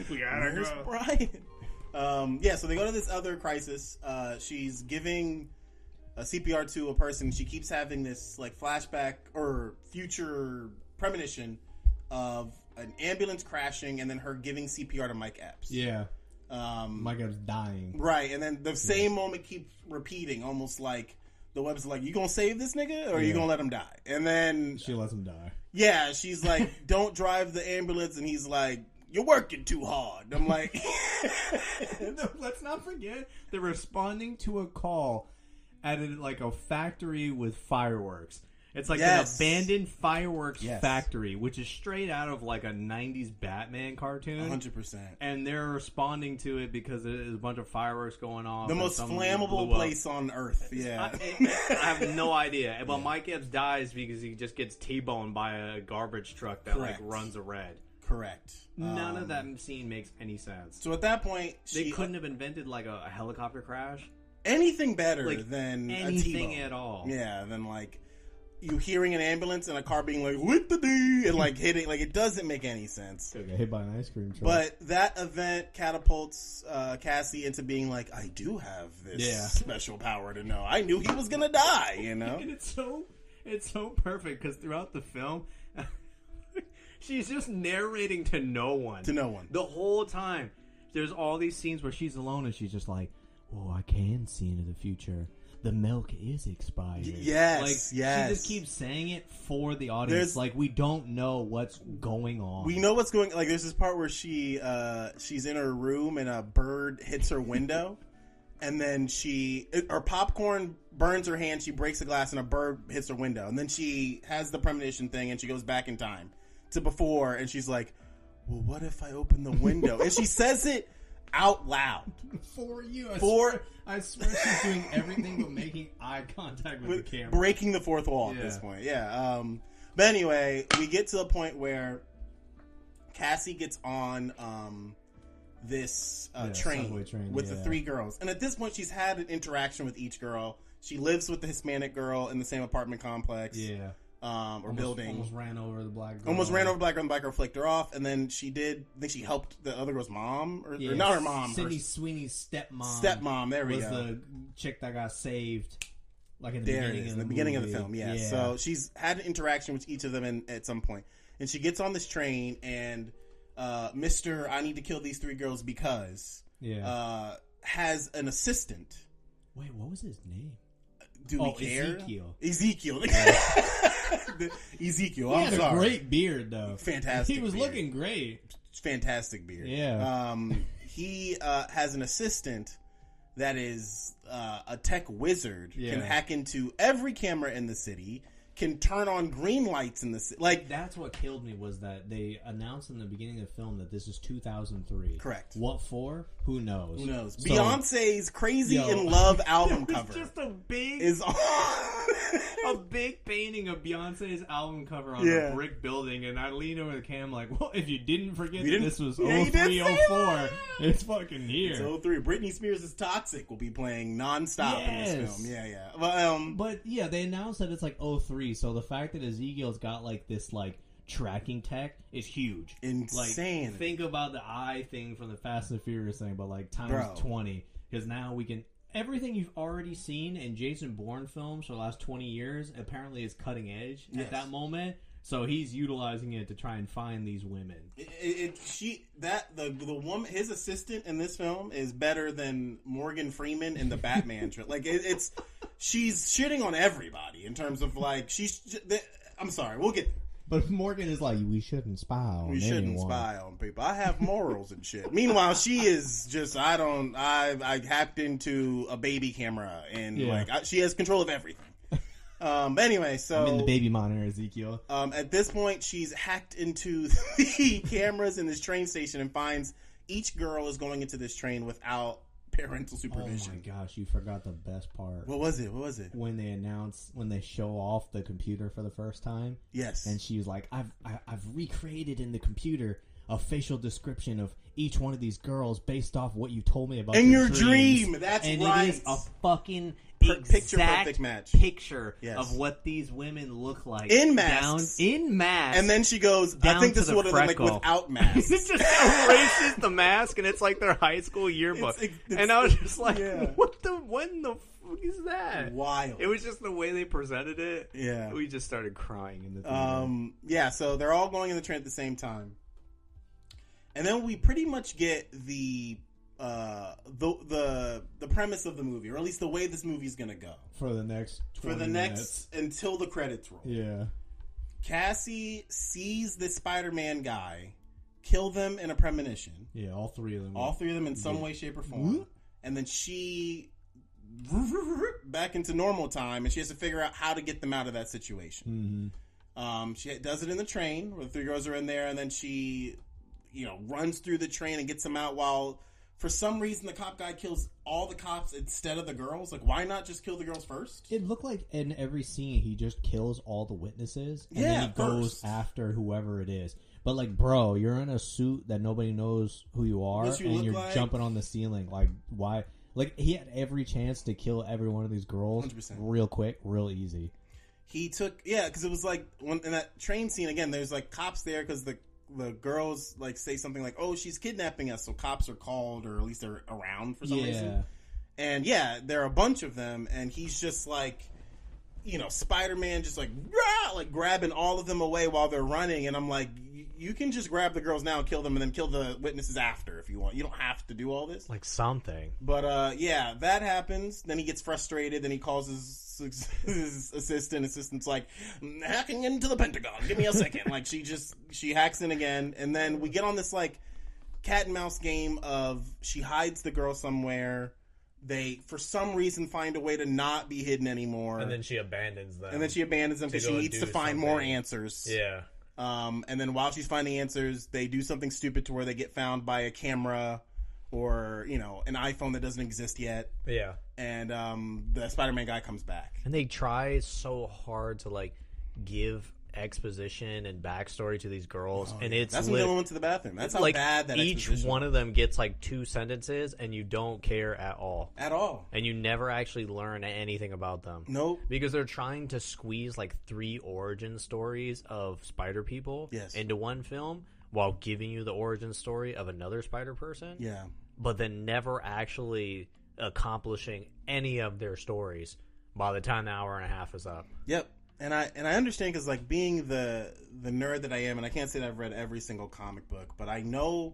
we gotta Where's go. Brian? Um, yeah, so they go to this other crisis. Uh, she's giving a CPR to a person. She keeps having this like flashback or future premonition of an ambulance crashing and then her giving CPR to Mike Epps. Yeah, Um, my guy's dying. Right, and then the same moment keeps repeating, almost like the web's like, "You gonna save this nigga, or you Yeah. gonna let him die?" And then She lets him die. yeah, she's like, "Don't drive the ambulance," and he's like, "You're working too hard." I'm like, Let's not forget they're responding to a call at a, like a factory with fireworks. It's like Yes. an abandoned fireworks Yes. factory, which is straight out of like a '90s Batman cartoon. hundred percent. And they're responding to it because there's a bunch of fireworks going off. The and most something flammable blew up. place on earth. Yeah, I have no idea. But Mike Epps dies because he just gets T-boned by a garbage truck that Correct. like runs a red. correct. None Um, of that scene makes any sense. So at that point, They she uh, couldn't have invented like a, a helicopter crash, anything better like than a anything T-bone. at all. Yeah, then like you hearing an ambulance and a car being like whip the dee and like hitting like it doesn't make any sense. Got hit by an ice cream truck. But that event catapults uh, Cassie into being like, I do have this Yeah. special power to know. I knew he was gonna die, you know. and it's so it's so perfect because throughout the film, she's just narrating to no one. to no one. The whole time, there's all these scenes where she's alone and she's just like, "Oh, I can see into the future. The milk is expired." Y- yes, like yes. she just keeps saying it for the audience. There's- like we don't know what's going on. We know what's going. Like, there's this part where she uh, she's in her room and a bird hits her window, and then she it- her popcorn burns her hand. She breaks a glass and a bird hits her window, and then she has the premonition thing and she goes back in time to before, and she's like, "Well, what if I open the window?" and she says it out loud. for you. I For- swear, I swear she's doing everything but making eye contact with, with the camera. breaking the fourth wall at this Yeah. point. Yeah. Um, but anyway, we get to the point where Cassie gets on um, this uh, Yeah, subway train, train, with the yeah. three girls, and at this point, she's had an interaction with each girl. She lives with the Hispanic girl in the same apartment complex, yeah, um, or Almost- building. almost Almost, ran over the black. Girl. ran over black girl, and the black girl flicked her off, and then she did. I think she helped the other girl's mom, or, or Yeah, not her mom, her Sydney Sweeney's stepmom. stepmom. There we was go. the chick that got saved, like in the There it beginning is, of in the the beginning movie. of the film. Yeah. So uh, she's had an interaction with each of them in, at some point, and she gets on this train, and uh, Mister, I need to kill these three girls because yeah. uh, has an assistant. Wait, what was his name? Do Oh, we care? Ezekiel. Ezekiel. The- Ezekiel. He I'm had sorry. a great beard though. Fantastic He was beard. looking great. fantastic beard. Yeah. Um, he uh, has an assistant that is uh, a tech wizard. Yeah. Can hack into every camera in the city. Can turn on green lights in the city. Like That's what killed me was that they announced in the beginning of the film that this is 2003. Correct. What for? Who knows? Who knows? So- Beyonce's "Crazy Yo. in Love" album It's cover just a Oh, big, is on. a big painting of Beyonce's album cover on Yeah. a brick building, and I lean over the cam like, "Well, if you didn't forget You that didn't- this was Yeah, you did say 0304, it's fucking here." so three. Britney Spears is toxic. Will be playing nonstop in Yes. this film. Yeah, yeah. Well, um, But yeah, they announced that it's like 03, so the fact that Ezekiel's got like this like tracking tech is huge. Insanity. Like think about the eye thing from the Fast and Furious thing, but like times Bro. 20 cuz now we can everything you've already seen in Jason Bourne films for the last 20 years apparently is cutting edge Yes. at that moment. So he's utilizing it to try and find these women. it, it, she that the the woman his assistant in this film is better than Morgan Freeman in the Batman trip. Like it, it's she's shitting on everybody in terms of like she's. The, I'm sorry. We'll get. there. But Morgan is like we shouldn't spy on We shouldn't spy on people. I have morals and shit. Meanwhile, she is just I don't I I hacked into a baby camera and Yeah. like I, she has control of everything. Um. But anyway, so I'm in the baby monitor, Ezekiel. um, at this point, she's hacked into the cameras in this train station and finds each girl is going into this train without parental Oh my supervision. gosh, you forgot the best part. what was it? What was it? when they announce when they show off the computer for the first time Yes. and she was like i've I, i've recreated in the computer a facial description of each one of these girls based off what you told me about In their your dreams." dream, that's and right. it is a fucking Per- exact picture perfect match. picture Yes. of what these women look like In masks. down, in masks and then she goes, I Down think to this is the what it looked like freckle. without masks. It just erases the mask, and it's like their high school yearbook. It's- it's- and I was just like, yeah. "What the? What in the fuck is that?" Wild. It was just the way they presented it. Yeah. we just started crying in the theater. Um, yeah, so they're all going in the train at the same time, and then we pretty much get the uh, the the the premise of the movie, or at least the way this movie's gonna go for the next 20 for the minutes. next until the credits roll. yeah Cassie sees this Spider-Man guy, kill them in a premonition, yeah all three of them all three of them in some way, shape, or form, and then she back into normal time, and she has to figure out how to get them out of that situation. mm-hmm. Um, she does it in the train where the three girls are in there, and then she, you know, runs through the train and gets them out. While for some reason the cop guy kills all the cops instead of the girls. Like, why not just kill the girls first? It looked like in every scene he just kills all the witnesses and Yeah, then he goes first. after whoever it is. But like, bro, you're in a suit that nobody knows who you are, What you and look you're like. jumping on the ceiling. Like, why? Like, he had every chance to kill every one of these girls 100%. real quick, real easy. He took yeah, because it was like when, in that train scene again. There's like cops there because the the girls like say something like, "Oh, she's kidnapping us," so cops are called or at least they're around for some yeah, reason. And yeah, there are a bunch of them, and he's just like, you know, Spider Man just like, rah, like grabbing all of them away while they're running. And I'm like, y- you can just grab the girls now, and kill them, and then kill the witnesses after if you want. You don't have to do all this. like something. But uh, yeah, that happens. Then he gets frustrated. Then he calls his, his assistant. Assistant's like, hacking into the Pentagon. Give me a second. like she just she hacks in again, and then we get on this like cat and mouse game of she hides the girl somewhere. They for some reason find a way to not be hidden anymore, And then she abandons them. and then she abandons them because go she and needs do to find more something. answers. yeah. Um, and then while she's finding answers, they do something stupid to where they get found by a camera or you know an iPhone that doesn't exist yet Yeah. and um, the Spider-Man guy comes back. And they try so hard to like give exposition and backstory to these girls, and it's Oh, That's when lit- Dylan went to the bathroom. That's how like bad that each exposition one of them gets like two sentences, and you don't care at all, at all. and you never actually learn anything about them. Nope. because they're trying to squeeze like three origin stories of spider people Yes. into one film while giving you the origin story of another spider person Yeah. but then never actually accomplishing any of their stories by the time the hour and a half is up Yep. And I and I understand because like being the the nerd that I am, and I can't say that I've read every single comic book, but I know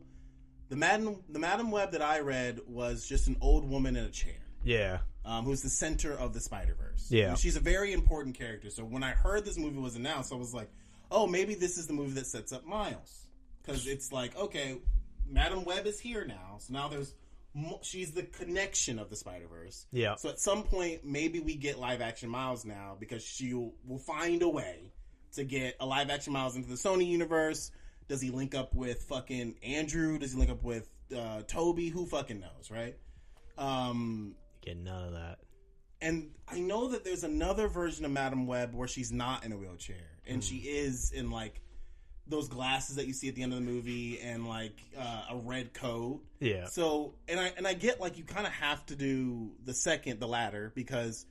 the Madam the Madam Web that I read was just an old woman in a chair. yeah um, who's the center of the Spider Verse. Yeah. she's a very important character. So when I heard this movie was announced, I was like, oh, maybe this is the movie that sets up Miles because it's like, okay, Madam Web is here now, so now there's mo- she's the connection of the Spider Verse. Yeah. So at some point, maybe we get live action Miles now because she will will find a way to get a live action Miles into the Sony universe. Does he link up with fucking Andrew? Does he link up with uh, Toby? Who fucking knows, right? Um, get none of that and I know that there's another version of Madam Web where she's not in a wheelchair and Mm. she is in like those glasses that you see at the end of the movie and like uh, a red coat. yeah So and I and I get like you kind of have to do the second, the latter, because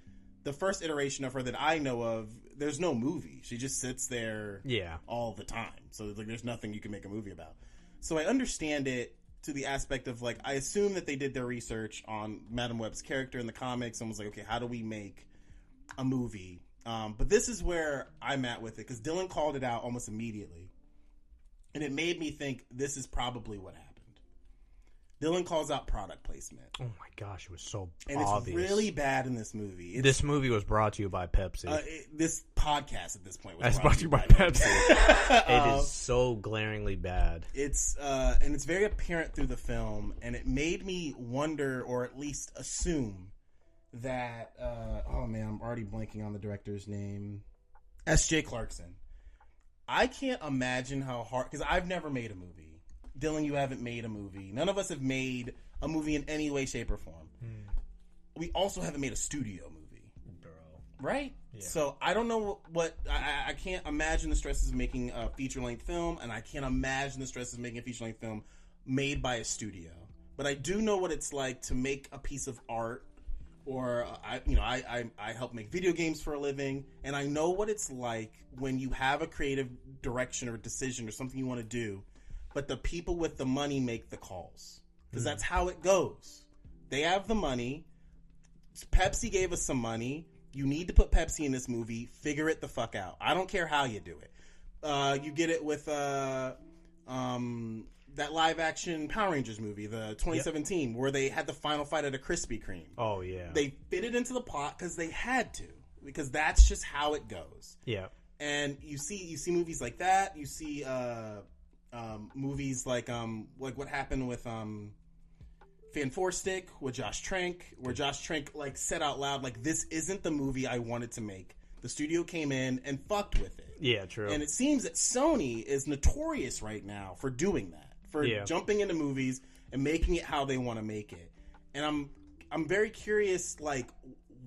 the first iteration of her that I know of, there's no movie. She just sits there yeah all the time. So like, there's nothing you can make a movie about. So I understand it to the aspect of like I assume that they did their research on Madam Web's character in the comics and was like, okay, how do we make a movie? Um, but this is where I'm at with it because Dylan called it out almost immediately, and it made me think this is probably what happened. Dylan calls out product placement, oh my gosh it was so and obvious it's really bad in this movie. It's, this movie was brought to you by pepsi uh, it- this podcast at this point was that's brought to you by Pepsi. pepsi it is so glaringly bad it's uh, and it's very apparent through the film, and it made me wonder, or at least assume, that uh, oh man, I'm already blanking on the director's name, S.J. Clarkson. I can't imagine how hard because I've never made a movie. Dylan, you haven't made a movie. None of us have made a movie in any way, shape, or form. We also haven't made a studio movie, bro. right? So I don't know what I, I- I can't imagine the stresses of making a feature length film, and I can't imagine the stresses of making a feature length film made by a studio. But I do know what it's like to make a piece of art, or uh, I, you know, I, I I help make video games for a living, and I know what it's like when you have a creative direction or decision or something you want to do, but the people with the money make the calls because that's how it goes. They have the money. Pepsi gave us some money. You need to put Pepsi in this movie. Figure it the fuck out. I don't care how you do it. Uh, you get it with uh, um, that live action Power Rangers movie, the 2017, where they had the final fight at a Krispy Kreme. Oh yeah. They fit it into the plot because they had to, because that's just how it goes yeah. and you see you see movies like that. You see uh, um, movies like um, like what happened with um, Fan Four Stick with Josh Trank, where Josh Trank like said out loud like this isn't the movie I wanted to make. The studio came in and fucked with it. Yeah. True. And it seems that Sony is notorious right now for doing that, for Yeah. jumping into movies and making it how they want to make it. And I'm I'm very curious like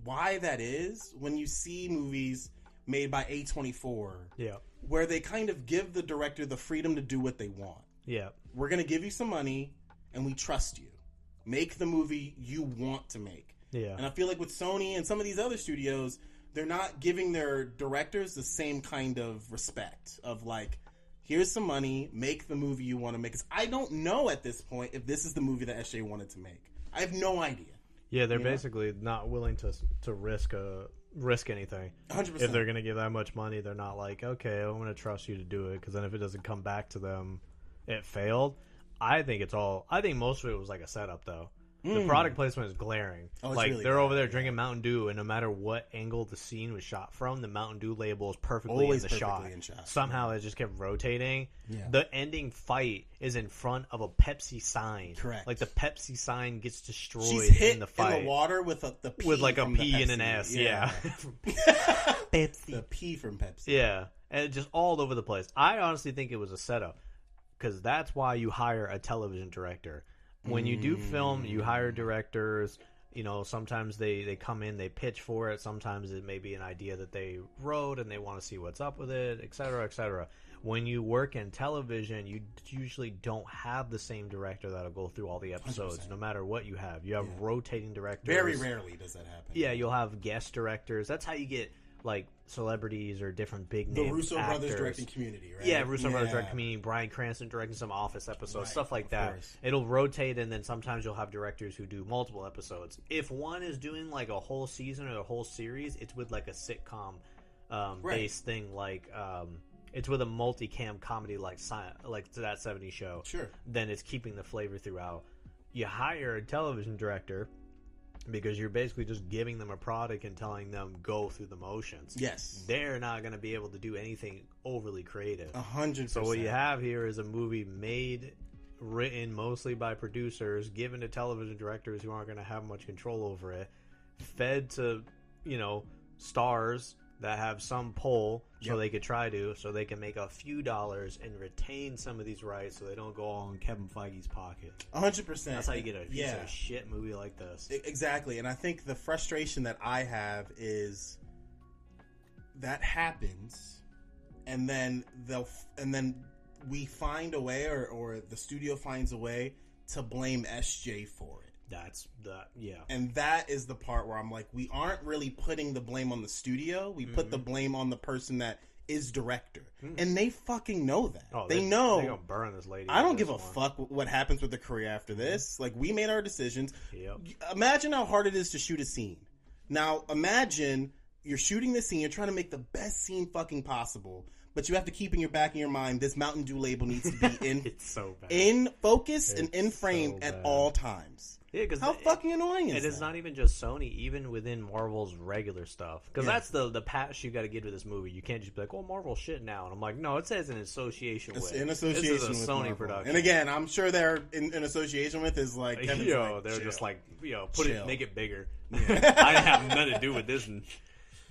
why that is when you see movies made by A24 yeah. where they kind of give the director the freedom to do what they want. Yeah. We're going to give you some money and we trust you. Make the movie you want to make. Yeah. And I feel like with Sony and some of these other studios, they're not giving their directors the same kind of respect of like, here's some money, make the movie you want to make. 'Cause I don't know at this point if this is the movie that SJ wanted to make. I have no idea. Yeah, they're basically not willing to to risk a risk anything. 100%. If they're going to give that much money, they're not like, okay, I'm going to trust you to do it because then if it doesn't come back to them, it failed. I think it's all. I think most of it was like a setup, though. The product placement is glaring. Mm. Oh, it's like really they're over there drinking Mountain Dew, and no matter what angle the scene was shot from, the Mountain Dew label is perfectly Always in the perfectly shot. in shot. Somehow it just kept rotating. Yeah. The ending fight is in front of a Pepsi sign. Correct. Like the Pepsi sign gets destroyed She's hit in the fight water with a, the P with like a from the P and an Pepsi. S. Yeah. the P from Pepsi. Yeah. And it just all over the place. I honestly think it was a setup because that's why you hire a television director. When you do film, you hire directors. You know, sometimes they, they come in, they pitch for it. Sometimes it may be an idea that they wrote and they want to see what's up with it, et cetera, et cetera. When you work in television, you usually don't have the same director that'll go through all the episodes, no matter what you have. You have rotating directors. Very rarely does that happen. Yeah, you'll have guest directors. That's how you get like celebrities or different big The name Russo actors. brothers directing Community, right? Yeah, Russo brothers Yeah. directing me, Brian Cranston directing some Office episodes, Right, stuff like of that. course. It'll rotate, and then sometimes you'll have directors who do multiple episodes. If one is doing like a whole season or a whole series, it's with like a sitcom um, Right. based thing, like um, it's with a multicam comedy, like sci- like to that '70s show. Sure. Then it's keeping the flavor throughout. You hire a television director because you're basically just giving them a product and telling them go through the motions. Yes. They're not going to be able to do anything overly creative. A hundred So what you percent. have here is a movie made, written mostly by producers, given to television directors who aren't going to have much control over it, fed to you know stars that have some pull, so they could try to, so they can make a few dollars and retain some of these rights, so they don't go all in Kevin Feige's pocket. A hundred percent. That's how you get a piece yeah. of shit movie like this. E- Exactly. And I think the frustration that I have is that happens and then they'll f- and then we find a way or, or the studio finds a way to blame SJ for it. That's the yeah. And that is the part where I'm like, we aren't really putting the blame on the studio. We put the Mm-hmm. blame on the person that is director. And they fucking know that. they, know Oh, they're gonna burn this lady. I don't with give this a one. Mm-hmm. fuck wh- what happens with the career after this. Like we made our decisions. Yep. Imagine how hard it is to shoot a scene. Now imagine you're shooting this scene. You're trying to make the best scene fucking possible, but you have to keep in your back of your mind this Mountain Dew label needs to be in It's so bad. in focus and in frame so at bad. all times. yeah, because How fucking annoying is And it's that? not even just Sony, even within Marvel's regular stuff. Because Yeah. that's the the patch you got to get with this movie. You can't just be like, "Well, Marvel shit now," and I'm like, "No, it says in association It's with." in This association is a with Sony Marvel. production. And again, I'm sure they're in, in association with is like Kevin's yo, like, they're chill. just like, yo, put Chill. it, make it bigger. I have nothing to do with this.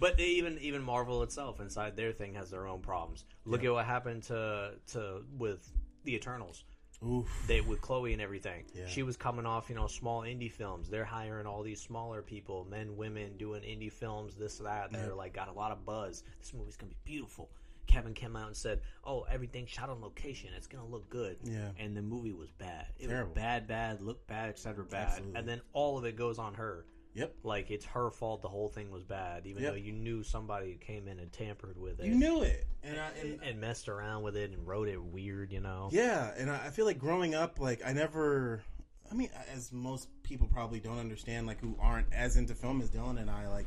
But they even even Marvel itself inside their thing has their own problems. Look at what happened to to with the Eternals. Oof. they with Chloe and everything. Yeah. She was coming off, you know, small indie films. They're hiring all these smaller people, men, women, doing indie films, this, that. They're like got a lot of buzz. This movie's gonna be beautiful. Kevin came out and said, "Oh, everything shot on location. It's gonna look good." Yeah. And the movie was bad. It Terrible. was bad, bad, looked bad, etc. Bad. Absolutely. And then all of it goes on her. Yep. Like it's her fault. The whole thing was bad, even Yep. though you knew somebody came in and tampered with it You knew it, and I and, and messed around with it and wrote it weird. You know. Yeah, and I I feel like growing up, like I never. I mean, as most people probably don't understand, like who aren't as into film as Dylan and I, like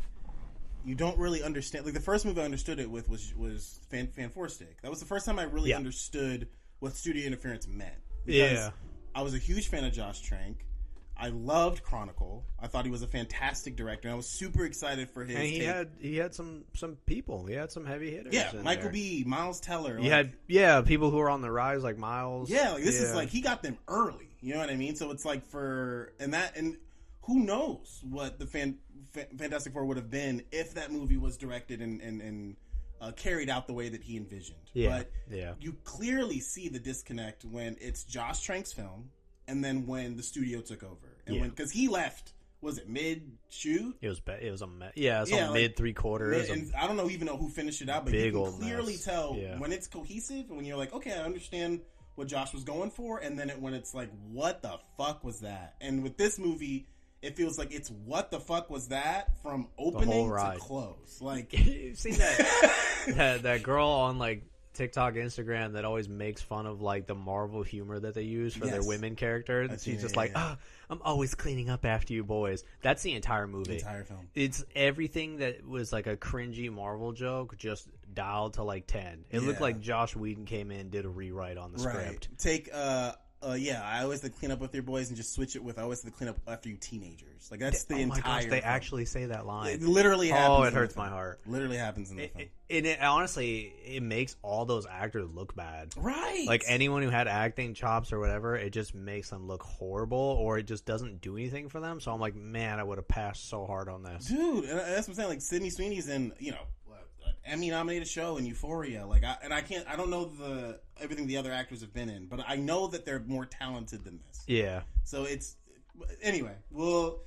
you don't really understand. Like the first movie I understood it with was was Fan Fan Four Stick. That was the first time I really Yeah. understood what studio interference meant. Yeah. I was a huge fan of Josh Trank. I loved Chronicle. I thought he was a fantastic director, and I was super excited for his. and he take- had he had some some people. He had some heavy hitters. yeah, in Michael there. B. Miles Teller. He like- had yeah people who were on the rise like Miles. Yeah, like this is Yeah. like he got them early. You know what I mean? So it's like for and that and who knows what the fan, Fa- Fantastic Four would have been if that movie was directed and and, and uh, carried out the way that he envisioned. Yeah, But yeah. you clearly see the disconnect when it's Josh Trank's film and then when the studio took over and Yeah. when because he left was it mid shoot It was ba- it was a me- yeah it was Yeah, a like- mid three quarter. It was and a- I don't know even know who finished it out, but you Big can old clearly mess. tell Yeah. when it's cohesive and when you're like, okay, I understand what Josh was going for, and then it, when it's like, what the fuck was that? And with this movie, it feels like it's what the fuck was that from opening to ride. close. Like, You've seen that, that that girl on like TikTok, Instagram that always makes fun of like the Marvel humor that they use for their Yes. women characters. And seen she's it, just yeah, like, yeah. ah, I'm always cleaning up after you boys. That's the entire movie. entire film. it's everything that was like a cringy Marvel joke just dialed to like ten. It looked Yeah. like Josh Whedon came in and did a rewrite on the script. Take uh uh yeah, I always the clean up with your boys and just switch it with I always the clean up after you teenagers. Like that's the oh my entire gosh, they film. actually say that line. it literally Oh, happens. it in the hurts my film. heart. Literally happens in the It- film. it- and it honestly, it makes all those actors look bad. right. Like anyone who had acting chops or whatever, it just makes them look horrible, or it just doesn't do anything for them. So I'm like, man, I would have passed so hard on this. dude. And that's what I'm saying. Like Sydney Sweeney's in, you know, an Emmy-nominated show in Euphoria. Like, I, and I can't, I don't know the everything the other actors have been in, but I know that they're more talented than this. Yeah, So it's anyway. Well,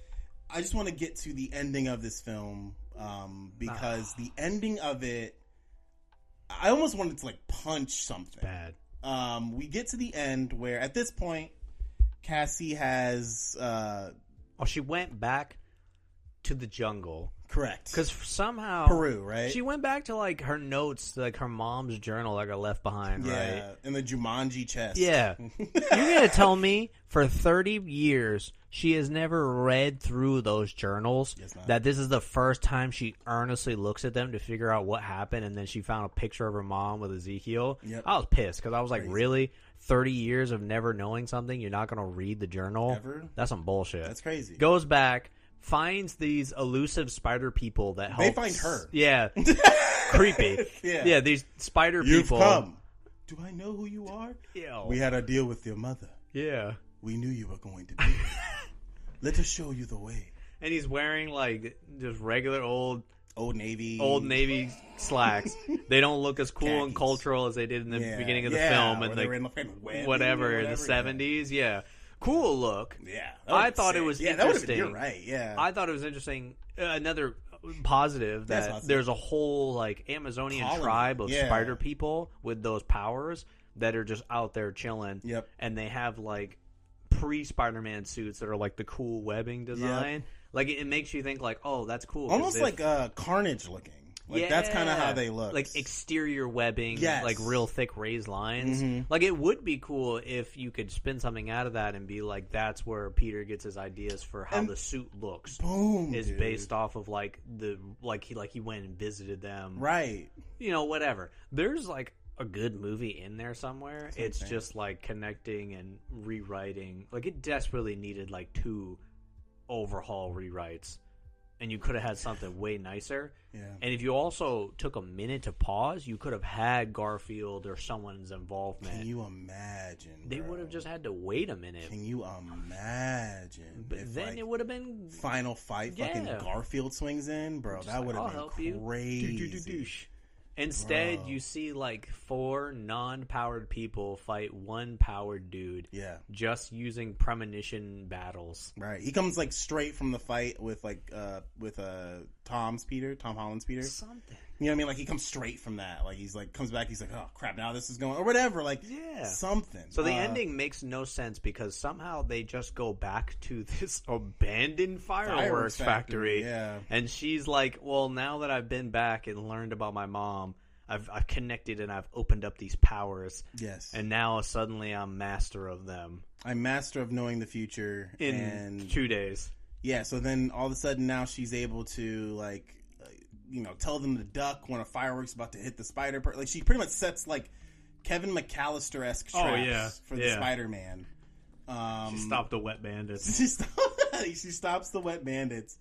I just want to get to the ending of this film um, because Ah. the ending of it, I almost wanted to like punch something bad. um, we get to the end where at this point. Cassie has uh, Oh, she went back to the jungle correct because somehow Peru, right? She went back to like her notes, like her mom's journal that got left behind, right? yeah, in the Jumanji chest. Yeah. You're going to tell me for 30 years she has never read through those journals that this is the first time she earnestly looks at them to figure out what happened and then she found a picture of her mom with Ezekiel. Yep. I was pissed cuz I was like, "Really? 30 years of never knowing something, you're not going to read the journal?" Ever? That's some bullshit. That's crazy. Goes back Finds these elusive spider people that help. They find her. Yeah, creepy. Yeah. yeah. These spider You've people. come. Do I know who you are? Yeah. We had a deal with your mother. yeah. We knew you were going to be. here. Let us show you the way. and he's wearing like just regular old Old Navy. old navy slacks. they don't look as cool and Khakis. cultural as they did in the Yeah, beginning of the yeah, film where and they the were in the fucking web and whatever in the whatever, yeah. seventies. Yeah. cool look. Yeah. that I would've thought been sick. it was Yeah, that would've been- You're interesting. right. Yeah. I thought it was interesting. Uh, another positive That's that awesome. there's a whole like Amazonian Colony, tribe of yeah. spider people with those powers that are just out there chilling. Yep. And they have like pre Spider-Man suits that are like the cool webbing design. Like it, it makes you think like, oh, that's cool. 'cause Almost if- like uh, Carnage looking. Like that's kind of yeah. how they look. Like exterior webbing, Yes. Mm-hmm. like real thick raised lines. Like it would be cool if you could spin something out of that and be like, that's where Peter gets his ideas for how the suit looks. boom Is dude. based off of like the like he like he went and visited them, right. you know, whatever. There's like a good movie in there somewhere. It's just like connecting and rewriting. Like it desperately needed like two overhaul rewrites, and you could have had something way nicer. Yeah. And if you also took a minute to pause, you could have had Garfield or someone's Can involvement. you imagine? they bro? would have just had to wait a minute. Can you imagine? But if, then like, it would have been Final fight, fucking Yeah. Garfield swings in, bro. that would I'll have help been you. crazy. Do, do, do, douche. Instead, you see like four non-powered people fight one powered dude. Yeah. Just using premonition battles. Right. He comes like straight from the fight with like uh with uh Tom's Peter, Tom Holland's Peter. Something. You know what I mean? Like he comes straight from that. Like he's like comes back, he's like, Oh crap, now this is going or whatever, like Yeah. something. So the Uh, ending makes no sense because somehow they just go back to this abandoned Fireworks fireworks factory. factory, yeah. And she's like, "Well, now that I've been back and learned about my mom, I've I've connected and I've opened up these powers, Yes. and now suddenly I'm master of them I'm master of knowing the future in and two days." Yeah, so then all of a sudden now she's able to like, uh, you know, tell them to duck when a firework's about to hit the spider. Per- like she pretty much sets like Kevin McAllister esque traps Oh, yeah, for the yeah. Spider Man. Um, Stop the wet bandits. she, stop- she stops the wet bandits.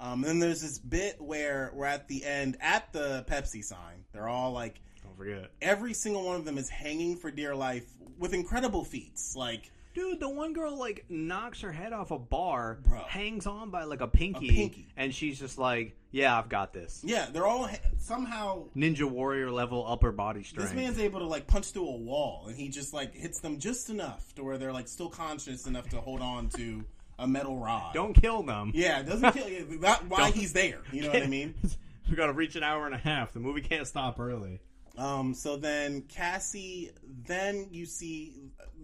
Um, and then there's this bit where we're at the end at the Pepsi sign. They're all like, Don't forget. every single one of them is hanging for dear life with incredible feats. Like Dude, the one girl like knocks her head off a bar, Bro. hangs on by like a pinky, pinky. and she's just like, "Yeah, I've got this." yeah, they're all ha- somehow Ninja warrior level upper body strength. This man's able to like punch through a wall, and he just like hits them just enough to where they're like still conscious enough to hold on to a metal rod. Don't kill them. Yeah, it doesn't kill you. Not why he's there. You know what I mean? We gotta reach an hour and a half. The movie can't stop early. Um. So then Cassie, then you see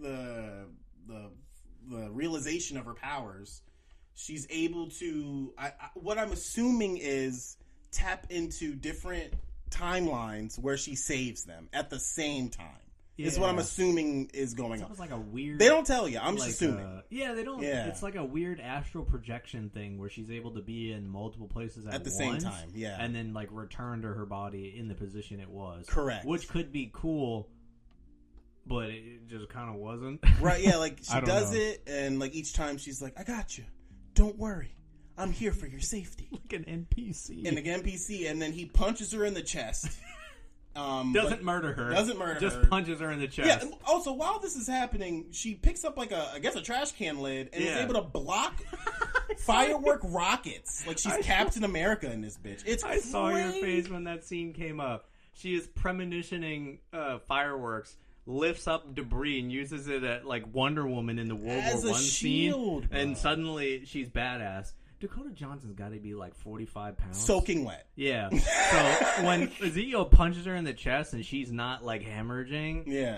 the the the realization of her powers. She's able to. I, I, what I'm assuming is tap into different timelines where she saves them at the same time. Is what I'm Yeah. assuming is going That on. was like a weird. They don't tell you. I'm like, just assuming. uh, yeah, they don't. Yeah. It's like a weird astral projection thing where she's able to be in multiple places at, At the same once, time, yeah. and then like return to her body in the position it was. Correct. Which could be cool, but it just kind of wasn't. right? Yeah, like she I don't does know. it, and like each time she's like, "I got you. Don't worry. I'm here for your safety." like an NPC. And again, PC, and then he punches her in the chest. Um, doesn't but- murder her. doesn't murder Just her. punches her in the chest. Yeah. and Also, while this is happening, she picks up like a, I guess, a trash can lid, and is Yeah. able to block firework rockets. Like she's Captain America in this bitch. It's I saw your crazy. face when that scene came up. She is premonitioning uh, fireworks, lifts up debris, and uses it at, like Wonder Woman in the World As a War One scene. shield, bro. And suddenly she's badass. Dakota Johnson's got to be like forty five pounds. soaking wet. yeah. So when Ezekiel punches her in the chest and she's not like hemorrhaging, Yeah,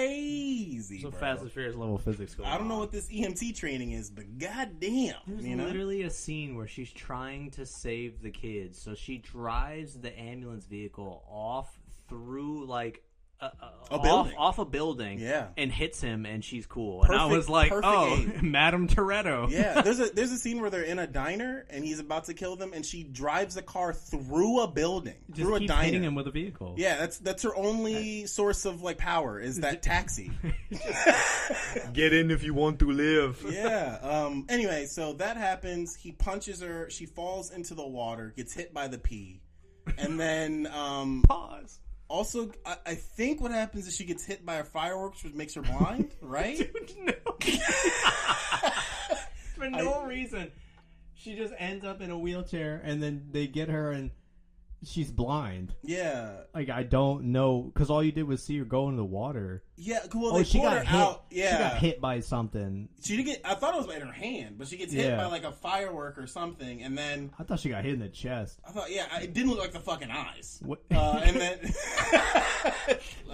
crazy. so bro. Fast and Furious level physics. Going I don't know on. what this EMT training is, but goddamn, There's you know. literally a scene where she's trying to save the kids, so she drives the ambulance vehicle off through like a, A off, building. off a building, Yeah. and hits him, and she's cool. and I Perfect- was like, perfect "Oh, aim. Madame Toretto." Yeah, there's a there's a scene where they're in a diner and he's about to kill them, and she drives the car through a building, just through a keep diner. hitting him with a vehicle. yeah, that's that's her only source of like power is that taxi. Get in if you want to live. yeah. Um. Anyway, so that happens. He punches her. She falls into the water, gets hit by the pea, and then um. Pause. Also, I, I think what happens is she gets hit by a fireworks, which makes her blind, right? no. For no reason. She just ends up in a wheelchair, and then they get her, and she's blind. Yeah. Like I don't know, because all you did was see her go into the water. Yeah. Well, oh, they she pulled got her hit. out. Yeah. She got hit by something. She did get. I thought it was in her hand, but she gets hit Yeah. by like a firework or something, and then I thought she got hit in the chest. I thought, yeah, I- it didn't look like the fucking eyes. What? Uh, Uh, and then,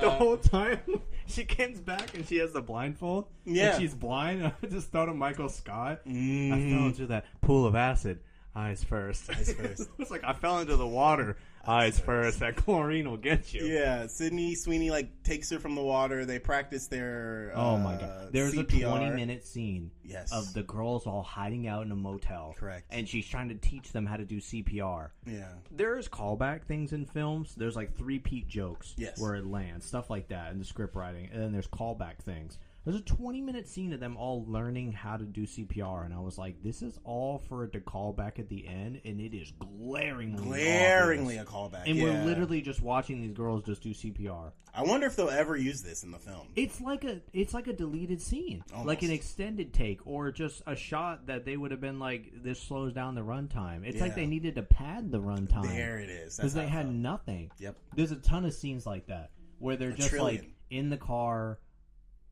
the whole time she comes back and she has the blindfold. Yeah. and she's blind. I just thought of Michael Scott. I Mm. fell into that pool of acid. Eyes first. Eyes first. it's like I fell into the water. Eyes first. That chlorine will get you. yeah, Sydney Sweeney like takes her from the water. They practice their. Oh uh, my god. There's CPR. a 20 minute scene Yes. of the girls all hiding out in a motel. Correct. And she's trying to teach them how to do CPR. Yeah, there's callback things in films. There's like three peat jokes Yes. where it lands, stuff like that in the script writing, and then there's callback things. There's a 20 minute scene of them all learning how to do CPR, and I was like, this is all for it to call back at the end, and it is glaringly, glaringly a obvious. callback. And yeah. we're literally just watching these girls just do CPR. I wonder if they'll ever use this in the film. It's like a it's like a deleted scene, like an extended take, or just a shot that they would have been like, "This slows down the runtime." It's like Yeah. they needed to pad the runtime there it is. because That's they how I had felt. nothing. Yep. There's a ton of scenes like that where they're A just like trillion. in the car,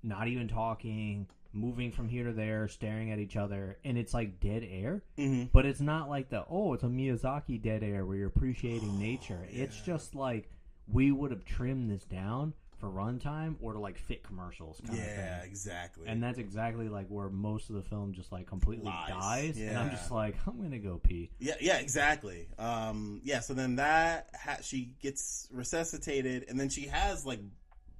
not even talking, moving from here to there, staring at each other, and it's like dead air. Mhm. But it's not like the oh, it's a Miyazaki dead air where you're appreciating nature. It's just like we would have trimmed this down for runtime or to like fit commercials kind of Yeah, thing. exactly. And that's exactly like where most of the film just like completely Lies. dies. And I'm Yeah. just like, I'm gonna go pee. Yeah, yeah, exactly. Um, yeah, so then that ha- she gets resuscitated, and then she has like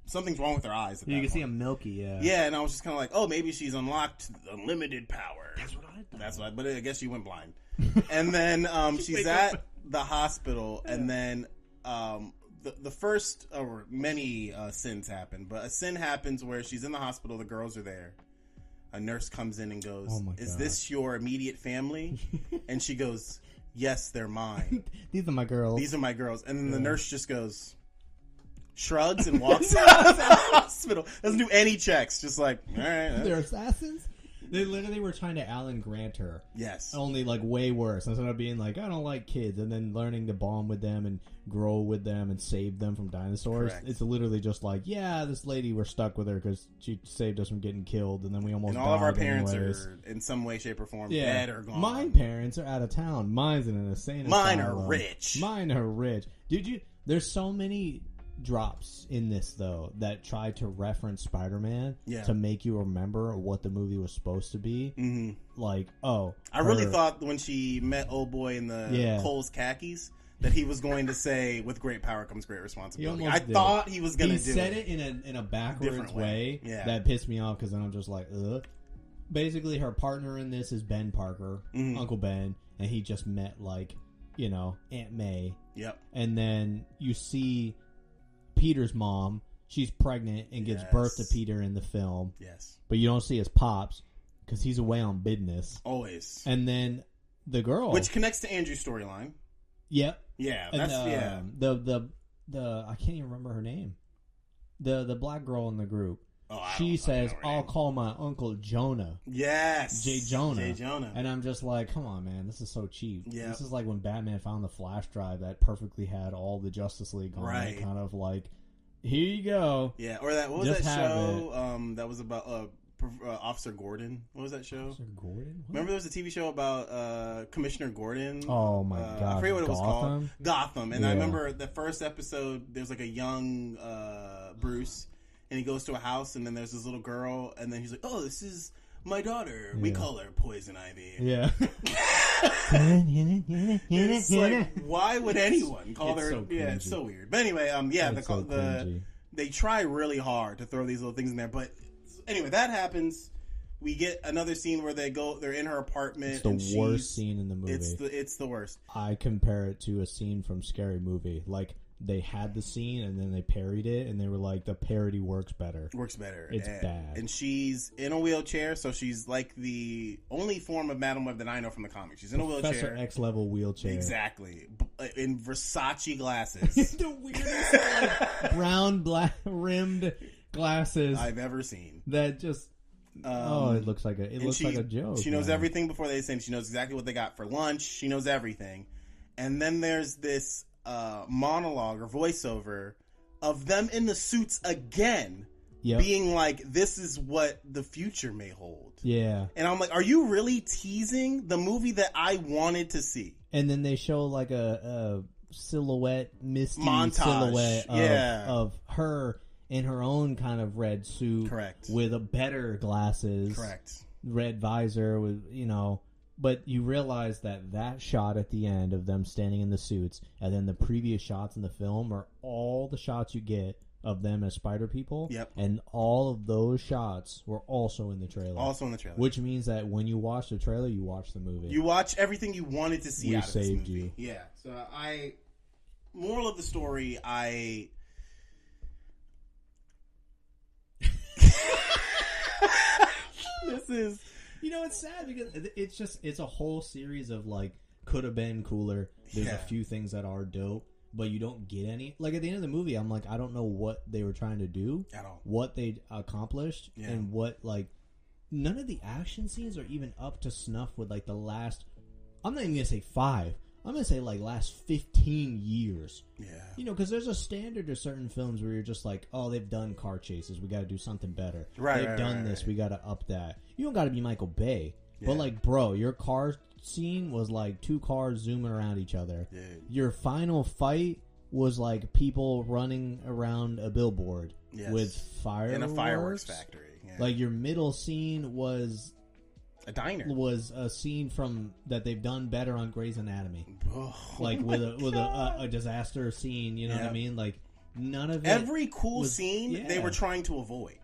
something's wrong with her eyes. At You that can see point. him milky, yeah. Yeah, and I was just kind of like, oh, maybe she's unlocked unlimited power. That's what I thought. That's why, but I guess she went blind. and then um, she's at the hospital, and then um, the the first or many uh, sins happen, but a sin happens where she's in the hospital. The girls are there. A nurse comes in and goes, Oh my "Is God. this your immediate family?" and she goes, "Yes, they're mine. These are my girls. These are my girls." And then the nurse just goes, shrugs and walks out of the hospital. Doesn't do any checks. Just like, all right, uh, They're assassins. They literally were trying to Alan Grant her, yes, only like way worse. Instead of being like, "I don't like kids," and then learning to bond with them and grow with them and save them from dinosaurs, Correct. it's literally just like, "Yeah, this lady, we're stuck with her because she saved us from getting killed, and then we almost and all of our died parents anyways." are in some way, shape, or form yeah. dead or gone. My parents are out of town. Mine's in an insane. Mine are asylum. rich. Mine are rich. Dude, you there's so many drops in this though that try to reference Spider-Man Yeah. to make you remember what the movie was supposed to be. Mhm. Like, oh, I really her- thought when she met old boy in the Yeah. Cole's khakis that he was going to say, "With great power comes great responsibility." He I almost did. thought he was going he to do said it. in a in a backwards Different way. way, Yeah. that pissed me off because then I'm just like, ugh. Basically, her partner in this is Ben Parker, Mhm. Uncle Ben, and he just met like, you know, Aunt May, Yep. and then you see Peter's mom. She's pregnant and gives Yes. birth to Peter in the film, Yes. but you don't see his pops because he's away on business. Always. And then the girl, Which connects to Andrew's storyline. yep, Yeah. and, That's uh, um, yeah. the the the I can't even remember her name. The the black girl in the group. Oh, I don't- I she don't says, know her "I'll name. call my uncle Jonah." Yes. Jay Jonah. Jay Jonah. And I'm just like, come on, man, this is so cheap. Yeah. This is like when Batman found the flash drive that perfectly had all the Justice League on Right. it. Kind of like, here you go. yeah. Or that. What was Just that have show? Um, that was about uh, Pro- uh, Officer Gordon. What was that show? Officer Gordon? What? Remember there was a TV show about uh, Commissioner Gordon? Oh my Uh, god. I forget what it was called. Gotham? Gotham. And I Yeah. remember the first episode, there's like a young uh, Bruce, and he goes to a house, and then there's this little girl, and then he's like, oh, this is my daughter. We Yeah. call her Poison Ivy. Yeah. It's like, why would anyone call It's her? so yeah, it's cringy. so weird. But anyway, um, yeah, the, It's so the cringy. they try really hard to throw these little things in there, but anyway, that happens. We get another scene where they go, they're in her apartment. It's the and she's- worst scene in the movie. It's the it's the worst. I compare it to a scene from Scary Movie. Like they had the scene and then they parodied it, and they were like, "The parody works better." Works better. It's and, bad. And she's in a wheelchair, so she's like the only form of Madame Web that I know from the comics. She's in a Professor wheelchair. X level wheelchair. Exactly. B- uh, In Versace glasses the weirdest like, brown black rimmed glasses I've ever seen. that just Um, oh, it looks like a it and looks she, like a joke. She knows man. everything before they send. She knows exactly what they got for lunch. She knows everything. And then there's this uh, monologue or voiceover of them in the suits again, Yep. being like, "This is what the future may hold." yeah. And I'm like, are you really teasing the movie that I wanted to see? And then they show like a, a silhouette, misty Montage, silhouette of, yeah. of her in her own kind of red suit, Correct. with a better glasses, Correct. red visor with you know but you realize that that shot at the end of them standing in the suits and then the previous shots in the film are all the shots you get of them as spider people Yep. and all of those shots were also in the trailer Also in the trailer. which means that when you watch the trailer you watch the movie you watch everything you wanted to see We out of saved this movie. you. Yeah. So I moral of the story, I this is You know, it's sad because it- it's just it's a whole series of like could have been cooler. There's Yeah. a few things that are dope, but you don't get any. Like at the end of the movie, I'm like, I don't know what they were trying to do, at all. what they accomplished, Yeah. and what like none of the action scenes are even up to snuff with like the last. I'm not even gonna say five. I'm gonna say like last 15 years. Yeah. You know, because there's a standard to certain films where you're just like, oh, they've done car chases. We got to do something better. Right, They've right, done right, this. right. We got to up that. You don't got to be Michael Bay. But, Yeah. like, bro, your car scene was like two cars zooming around each other. Yeah. Your final fight was like people running around a billboard Yes. with fireworks. In a fireworks factory. Yeah. Like, your middle scene was a diner. was a scene from that they've done better on Grey's Anatomy Oh, like my with a with a, a, God. a disaster scene. You know what Yeah. I mean? Like none of it. every cool was- scene yeah. they were trying to avoid.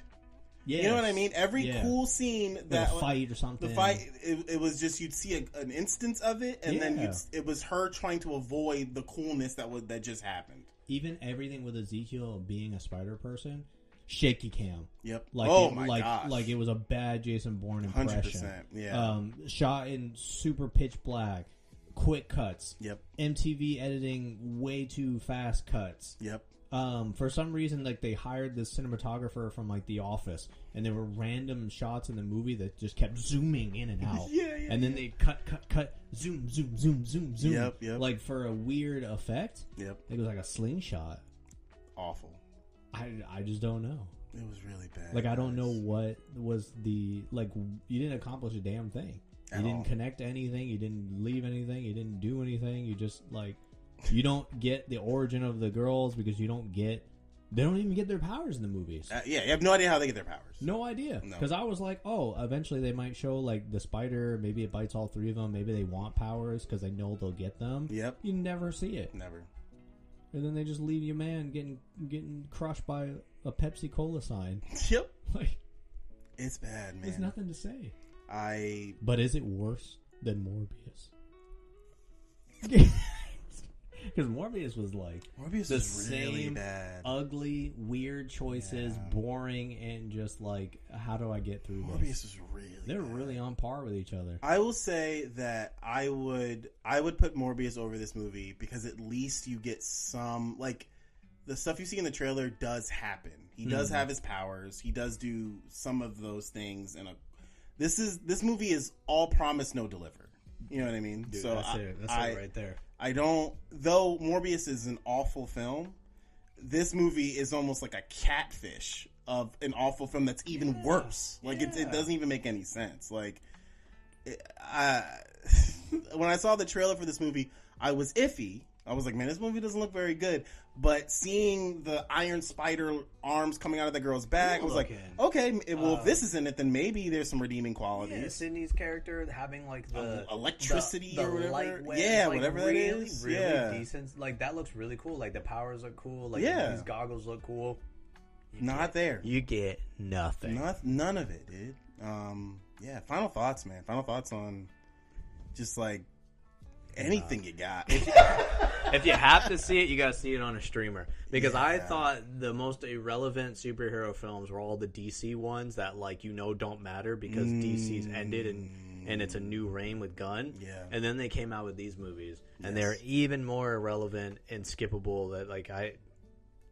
yes. You know what I mean? Every Yeah. cool scene Or that the fight or something. The fight, it, it was just you'd see a, an instance of it, and then Yeah. you'd, it was her trying to avoid the coolness that was that just happened. Even everything with Ezekiel being a spider person, shaky cam. Yep. Like oh it, my like gosh. like it was a bad Jason Bourne hundred impression. percent. Yeah. Um, shot in super pitch black, quick cuts. yep. MTV editing way too fast cuts. Yep. um, for some reason, like they hired this cinematographer from like The Office, and there were random shots in the movie that just kept zooming in and out. Yeah, yeah, And then they cut, cut, cut, zoom, zoom, zoom, zoom, zoom. Yep, yep. Like for a weird effect, Yep. it was like a slingshot. Awful. I, I just don't know. It was really bad. Like I don't guys. know what was the like. You didn't accomplish a damn thing. At you didn't all. connect to anything. You didn't leave anything. You didn't do anything. You just like you don't get the origin of the girls because you don't get. They don't even get their powers in the movies. Uh, yeah, you have no idea how they get their powers. No idea. No. Because I was like, oh, eventually they might show like the spider. Maybe it bites all three of them. Maybe they want powers because they know they'll get them. Yep. You never see it, Never. and then they just leave your man getting getting crushed by a Pepsi Cola sign. Yep. Like It's bad, man. there's nothing to say. I But is it worse than Morbius? Because Morbius was like Morbius the is really same bad. ugly, weird choices, Yeah. boring, and just like, how do I get through Morbius this? is really. They're bad. really on par with each other. I will say that I would I would put Morbius over this movie because at least you get some like the stuff you see in the trailer does happen. He does Mm-hmm. have his powers. He does do some of those things and a this is this movie is all promise no deliver. You know what I mean? Dude, so that's I, it. That's I, it right there. I don't though Morbius is an awful film. This movie is almost like a catfish of an awful film that's even worse. Like it, it doesn't even make any sense. Like it, I, when I saw the trailer for this movie, I was iffy. I was like, man, this movie doesn't look very good. But seeing the iron spider arms coming out of the girl's back, I was like, Looking. Uh, okay, it- well, if this is in it, then maybe there's some redeeming qualities. Yeah, Sydney's character having like the Um, electricity or whatever? light waves, Yeah, like, whatever that really, is. Really Yeah. decent. Like that looks really cool. Like the powers look cool. Like Yeah. these goggles look cool. Not there. You get nothing. Not, none of it, dude. Um, yeah. Final thoughts, man. Final thoughts on just like anything you got. if you have to see it, you got to see it on a streamer because I thought the most irrelevant superhero films were all the DC ones that like you know don't matter because DC's ended and and it's a new reign with Gunn. Yeah. And then they came out with these movies and they're even more irrelevant and skippable that like I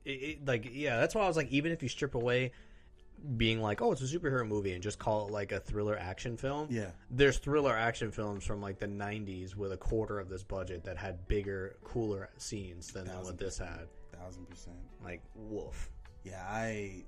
it, it, like yeah, that's why I was like even if you strip away being like, oh, it's a superhero movie, and just call it like a thriller action film. Yeah. there's thriller action films from like the '90s with a quarter of this budget that had bigger, cooler scenes than, than what this had. Thousand percent. Like, woof. Yeah, I,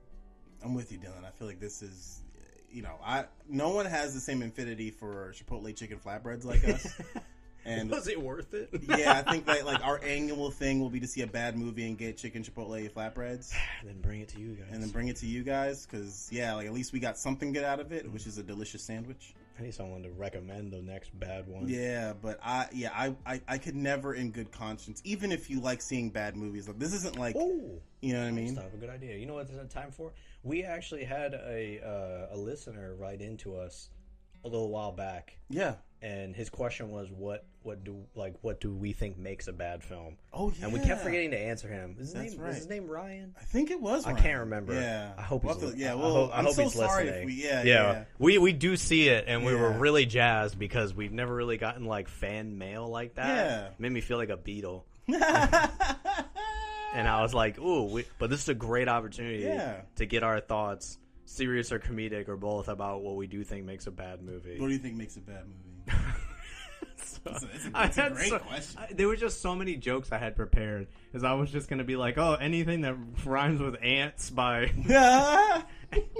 I'm with you, Dylan. I feel like this is, you know, I no one has the same infinity for Chipotle chicken flatbreads like us, and Was it worth it? yeah, I think that like our annual thing will be to see a bad movie and get chicken Chipotle flatbreads. and then bring it to you guys. And then bring it to you guys, because yeah, like at least we got something good out of it, which is a delicious sandwich. I need someone to recommend the next bad one. Yeah, but I yeah I, I I could never in good conscience, even if you like seeing bad movies, like this isn't like Oh, you know what I mean. stop! A good idea. You know what? It's time for. We actually had a uh, a listener write into us a little while back, Yeah. and his question was, "What what do like what do we think makes a bad film?" Oh yeah. And we kept forgetting to answer him. Is his That's name right. is his name Ryan? I think it was. I Ryan. can't remember. Yeah. I hope We'll he's. have to- yeah. I Well, hope, I I'm hope so he's sorry listening. If we, yeah, yeah. yeah. We we do see it, and we were Yeah. really jazzed because we've never really gotten like fan mail like that. Yeah. made me feel like a Beatle. and I was like, "Ooh!" We, but this is a great opportunity Yeah. to get our thoughts, serious or comedic or both, about what we do think makes a bad movie. What do you think makes a bad movie? That's a, that's a, I that's a had great so- question. I- there were just so many jokes I had prepared, because I was just gonna be like, "Oh, anything that rhymes with ants by yeah.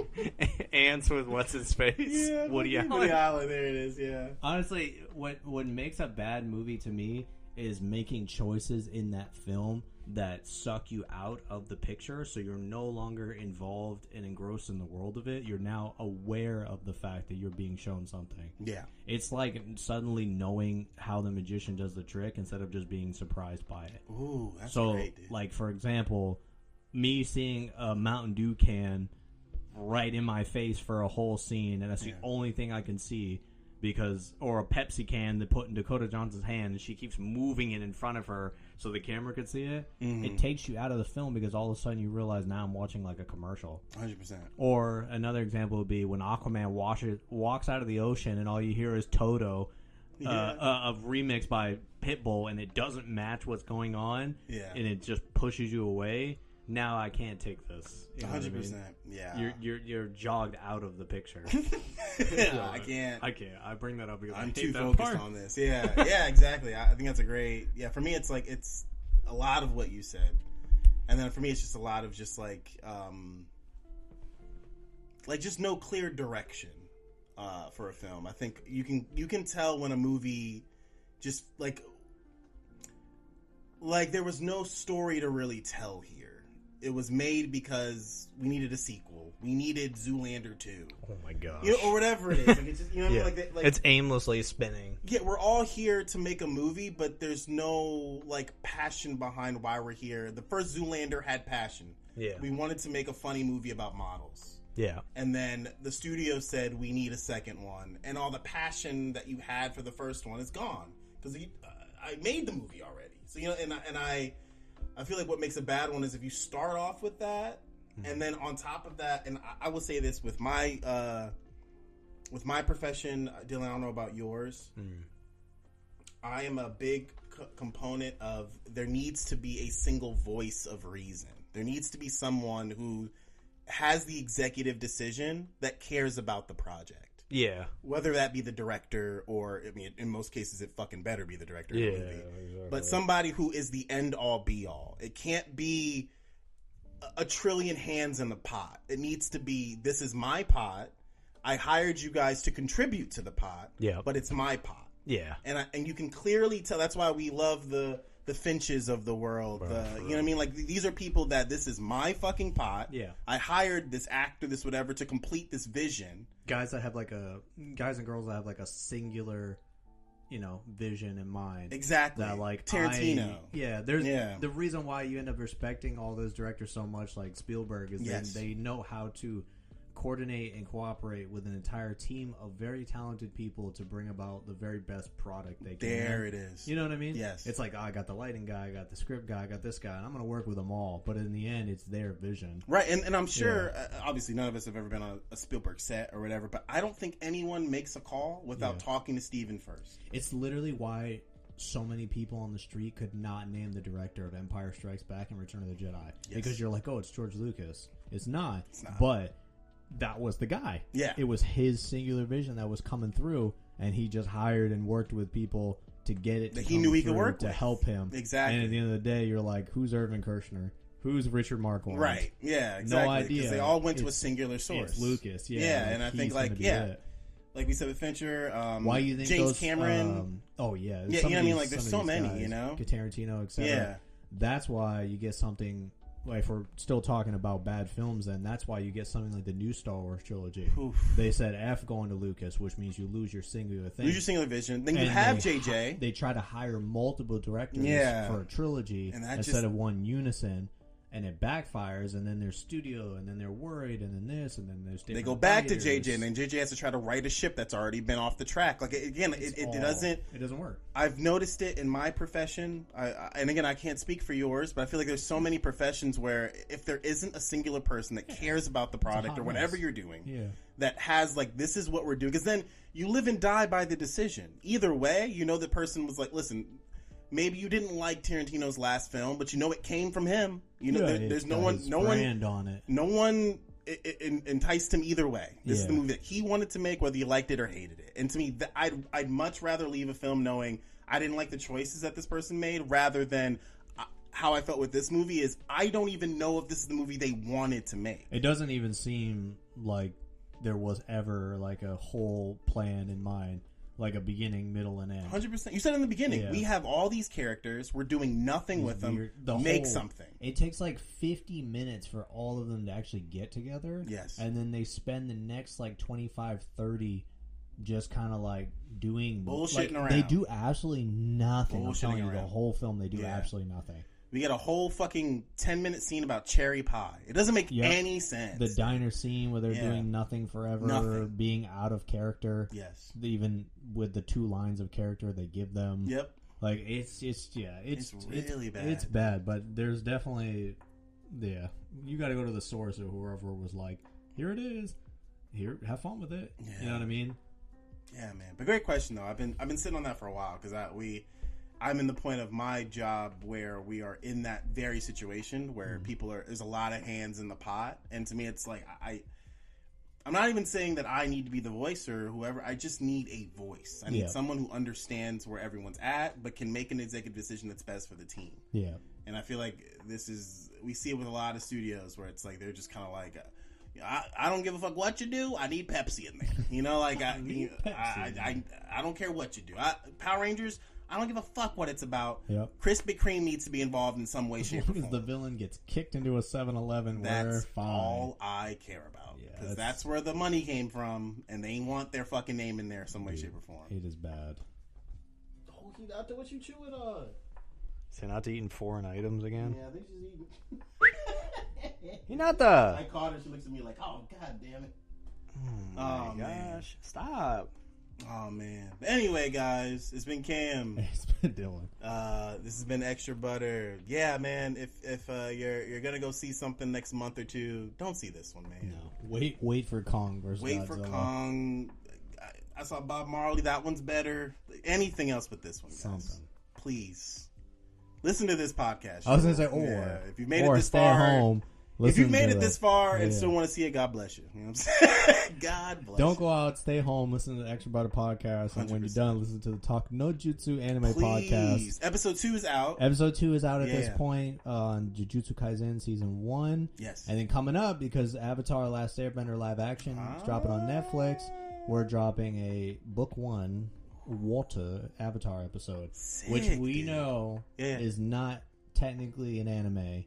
ants with what's his face, Woody fucking Allen." Woody Allen. There it is. Yeah. Honestly, what what makes a bad movie to me is making choices in that film that suck you out of the picture so you're no longer involved and engrossed in the world of it. You're now aware of the fact that you're being shown something. Yeah. It's like suddenly knowing how the magician does the trick instead of just being surprised by it. Ooh, that's so, great, dude. like for example, me seeing a Mountain Dew can right in my face for a whole scene, and that's the only thing I can see because, or a Pepsi can that put in Dakota Johnson's hand, and she keeps moving it in front of her so the camera could see it. Mm. Mm-hmm. It takes you out of the film because all of a sudden you realize now I'm watching like a commercial. 100%. Or another example would be when Aquaman washes, walks out of the ocean and all you hear is Toto, uh, uh, a remix by Pitbull, and it doesn't match what's going on, Yeah. and it just pushes you away. Now I can't take this. You know what I mean? 100%. Yeah. You're, you're you're jogged out of the picture. yeah. I can't. I can't. I bring that up because I I'm hate too that focused part. on this. Yeah, yeah, exactly. I, I think that's a great. Yeah, for me, it's like it's a lot of what you said, and then for me, it's just a lot of just like, um like just no clear direction uh, for a film. I think you can you can tell when a movie just like like there was no story to really tell here. It was made because we needed a sequel. We needed Zoolander two, Oh my gosh! you know, or whatever it is. Like it's just, you know, what I mean? Yeah. like, that- like it's aimlessly spinning. yeah, we're all here to make a movie, but there's no like passion behind why we're here. The first Zoolander had passion. Yeah. We wanted to make a funny movie about models. Yeah, And then the studio said we need a second one, and all the passion that you had for the first one is gone because uh, I made the movie already. So you know, and I, and I, I feel like what makes a bad one is if you start off with that, and then on top of that, and I, I will say this with my, uh, with my profession, uh, Dylan, I don't know about yours. I am a big c- component of there needs to be a single voice of reason. There needs to be someone who has the executive decision that cares about the project, yeah, whether that be the director or I mean, in most cases, it fucking better be the director. of the movie. But somebody who is the end all be all. It can't be a- a trillion hands in the pot. It needs to be this is my pot. I hired you guys to contribute to the pot, Yeah. but it's my pot yeah. and I, and you can clearly tell that's why we love the the finches of the world the, you know what i mean like th- these are people that this is my fucking pot Yeah. i hired this actor this whatever to complete this vision Guys that have like a guys and girls that have like a singular, you know, vision in mind. exactly that like tarantino I- yeah, there's Yeah. the reason why you end up respecting all those directors so much, like Spielberg, is Yes. they, they know how to coordinate and cooperate with an entire team of very talented people to bring about the very best product they can. there it is You know what I mean? Yes. It's like oh, I got the lighting guy, I got the script guy, I got this guy, and I'm gonna work with them all. But in the end, it's their vision. Right, and, and I'm sure, uh, obviously, none of us have ever been on a Spielberg set or whatever, but I don't think anyone makes a call without talking to Steven first. It's literally why so many people on the street could not name the director of Empire Strikes Back and Return of the Jedi because you're like, oh, it's George Lucas. It's not. But that was the guy. Yeah. It was his singular vision that was coming through, and he just hired and worked with people to get it. to That he come knew he could through, work to with. help him. Exactly. And at the end of the day, you're like, who's Irvin Kershner? Who's Richard Marquand? Right, yeah, exactly. 'cause idea. they all went to a It's- singular source. It's Lucas. Yeah. Yeah, and I think, he's gonna like, be yeah. it. Like we said with Fincher, um, Why you think James those, Cameron. um, oh yeah, Yeah, you know some of what I mean? these- Like, there's some so of these many, guys, you know? Tarantino, etc. Yeah. that's why you get something. Like if we're still talking about bad films, then that's why you get something like the new Star Wars trilogy. They said F going to Lucas, which means you lose your singular thing. Lose your singular vision. Then you And have they JJ. They try to hire multiple directors Yeah. for a trilogy And that instead just- of one unison. and it backfires, and then there's studio, and then they're worried, and then this, and then there's They different go back to writers. JJ, and then JJ has to try to right a ship that's already been off the track. Like again, it, It's it, all- it doesn't. It doesn't work. I've noticed it in my profession, I, I, and again, I can't speak for yours, but I feel like there's so many professions where if there isn't a singular person that cares about the product hot or whatever mess. you're doing, Yeah. that has like this is what we're doing, because then you live and die by the decision. Either way, you know the person was like, listen, maybe you didn't like Tarantino's last film, but you know it came from him. You know, Yeah, there, it's there's no got one, his no one, brand on it. no one i- i- en- enticed him either way. This is the Yeah. movie that he wanted to make, whether he liked it or hated it. And to me, th- I'd I'd much rather leave a film knowing I didn't like the choices that this person made, rather than uh, how I felt with this movie is I don't even know if this is the movie they wanted to make. It doesn't even seem like there was ever like a whole plan in mind, like a beginning, middle, and end. Hundred percent. You said in the beginning, Yeah. we have all these characters. We're doing nothing with them. Weird- the make whole- something. It takes like 50 minutes for all of them to actually get together. Yes. And then they spend the next like 25, 30 just kind of like doing Bullshitting like, around. They do absolutely nothing. I'm Bullshitting telling you, the around. whole film, they do Yeah. absolutely nothing. We get a whole fucking ten minute scene about cherry pie. It doesn't make Yep. any sense. The diner scene where they're Yeah. doing nothing forever, Nothing. being out of character. yes. Even with the two lines of character they give them. Yep. Like it's it's yeah, it's It's really bad. It's bad, but there's definitely yeah. You got to go to the source of whoever was like, here it is, here have fun with it. You know what I mean? Yeah, man. But great question though. I've been I've been sitting on that for a while because I we I'm in the point of my job where we are in that very situation where people are there's a lot of hands in the pot, and to me it's like I. I'm not even saying that I need to be the voice or whoever. I just need a voice. I need Yeah. someone who understands where everyone's at, but can make an executive decision that's best for the team. Yeah, And I feel like this is we see it with a lot of studios where it's like they're just kind of like, uh, I, I don't give a fuck what you do. I need Pepsi in there. You know, like I need I, Pepsi. I, I I don't care what you do. I, Power Rangers. I don't give a fuck what it's about. Yep. Krispy Kreme needs to be involved in some way, shape, or because form. the villain gets kicked into a 7-Eleven. We're that's fine. all I care about Yeah, because that's- that's where the money came from, and they want their fucking name in there some way, shape, or form. It is bad. Hulking out there, what you chewing on? So you're not eating foreign items again? Yeah, they just eating. You're not the. I caught her. She looks at me like, "Oh god damn it!" oh man. Gosh, stop. Oh man. Anyway, guys, it's been Cam. It's been Dylan. Uh, this has been extra butter. Yeah, man. If if uh, you're you're gonna go see something next month or two, don't see this one, man. No, wait, wait for Kong versus Wait Godzilla. for Kong. I, I saw Bob Marley. That one's better. Anything else but this one, guys. Something. Please listen to this podcast. I was gonna say, or Yeah, if you made it or this stay far, home. if you listen made to it the- this far and Yeah. still want to see it, God bless you. You know what I'm saying? God bless. Don't you. go out, stay home, listen to the Extra Butter podcast, and when you're 100%. done, listen to the Talk No Jutsu Anime podcast. Please. Episode two is out. Episode two is out at this Yeah. point uh, on Jujutsu Kaisen season one, Yes. and then coming up because Avatar: Last Airbender live action is dropping on Netflix. We're dropping a book one water Avatar episode, which Sick, we dude. know Yeah. is not technically an anime.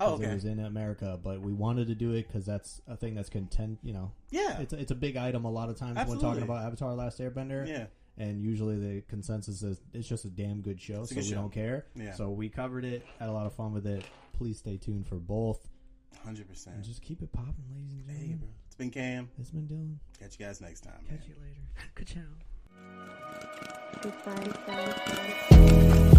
Oh, 'cause It okay. was in America, but we wanted to do it because that's a thing that's content. You know, Yeah. it's a, it's a big item a lot of times when Absolutely. talking about Avatar: Last Airbender. Yeah. And usually the consensus is it's just a damn good show, a so good we show. don't care. Yeah. So we covered it, had a lot of fun with it. Please stay tuned for both. Hundred percent. And just keep it popping, ladies and Hey, gentlemen. bro. It's been Cam. It's been Dylan. Catch you guys next time. man. Goodbye.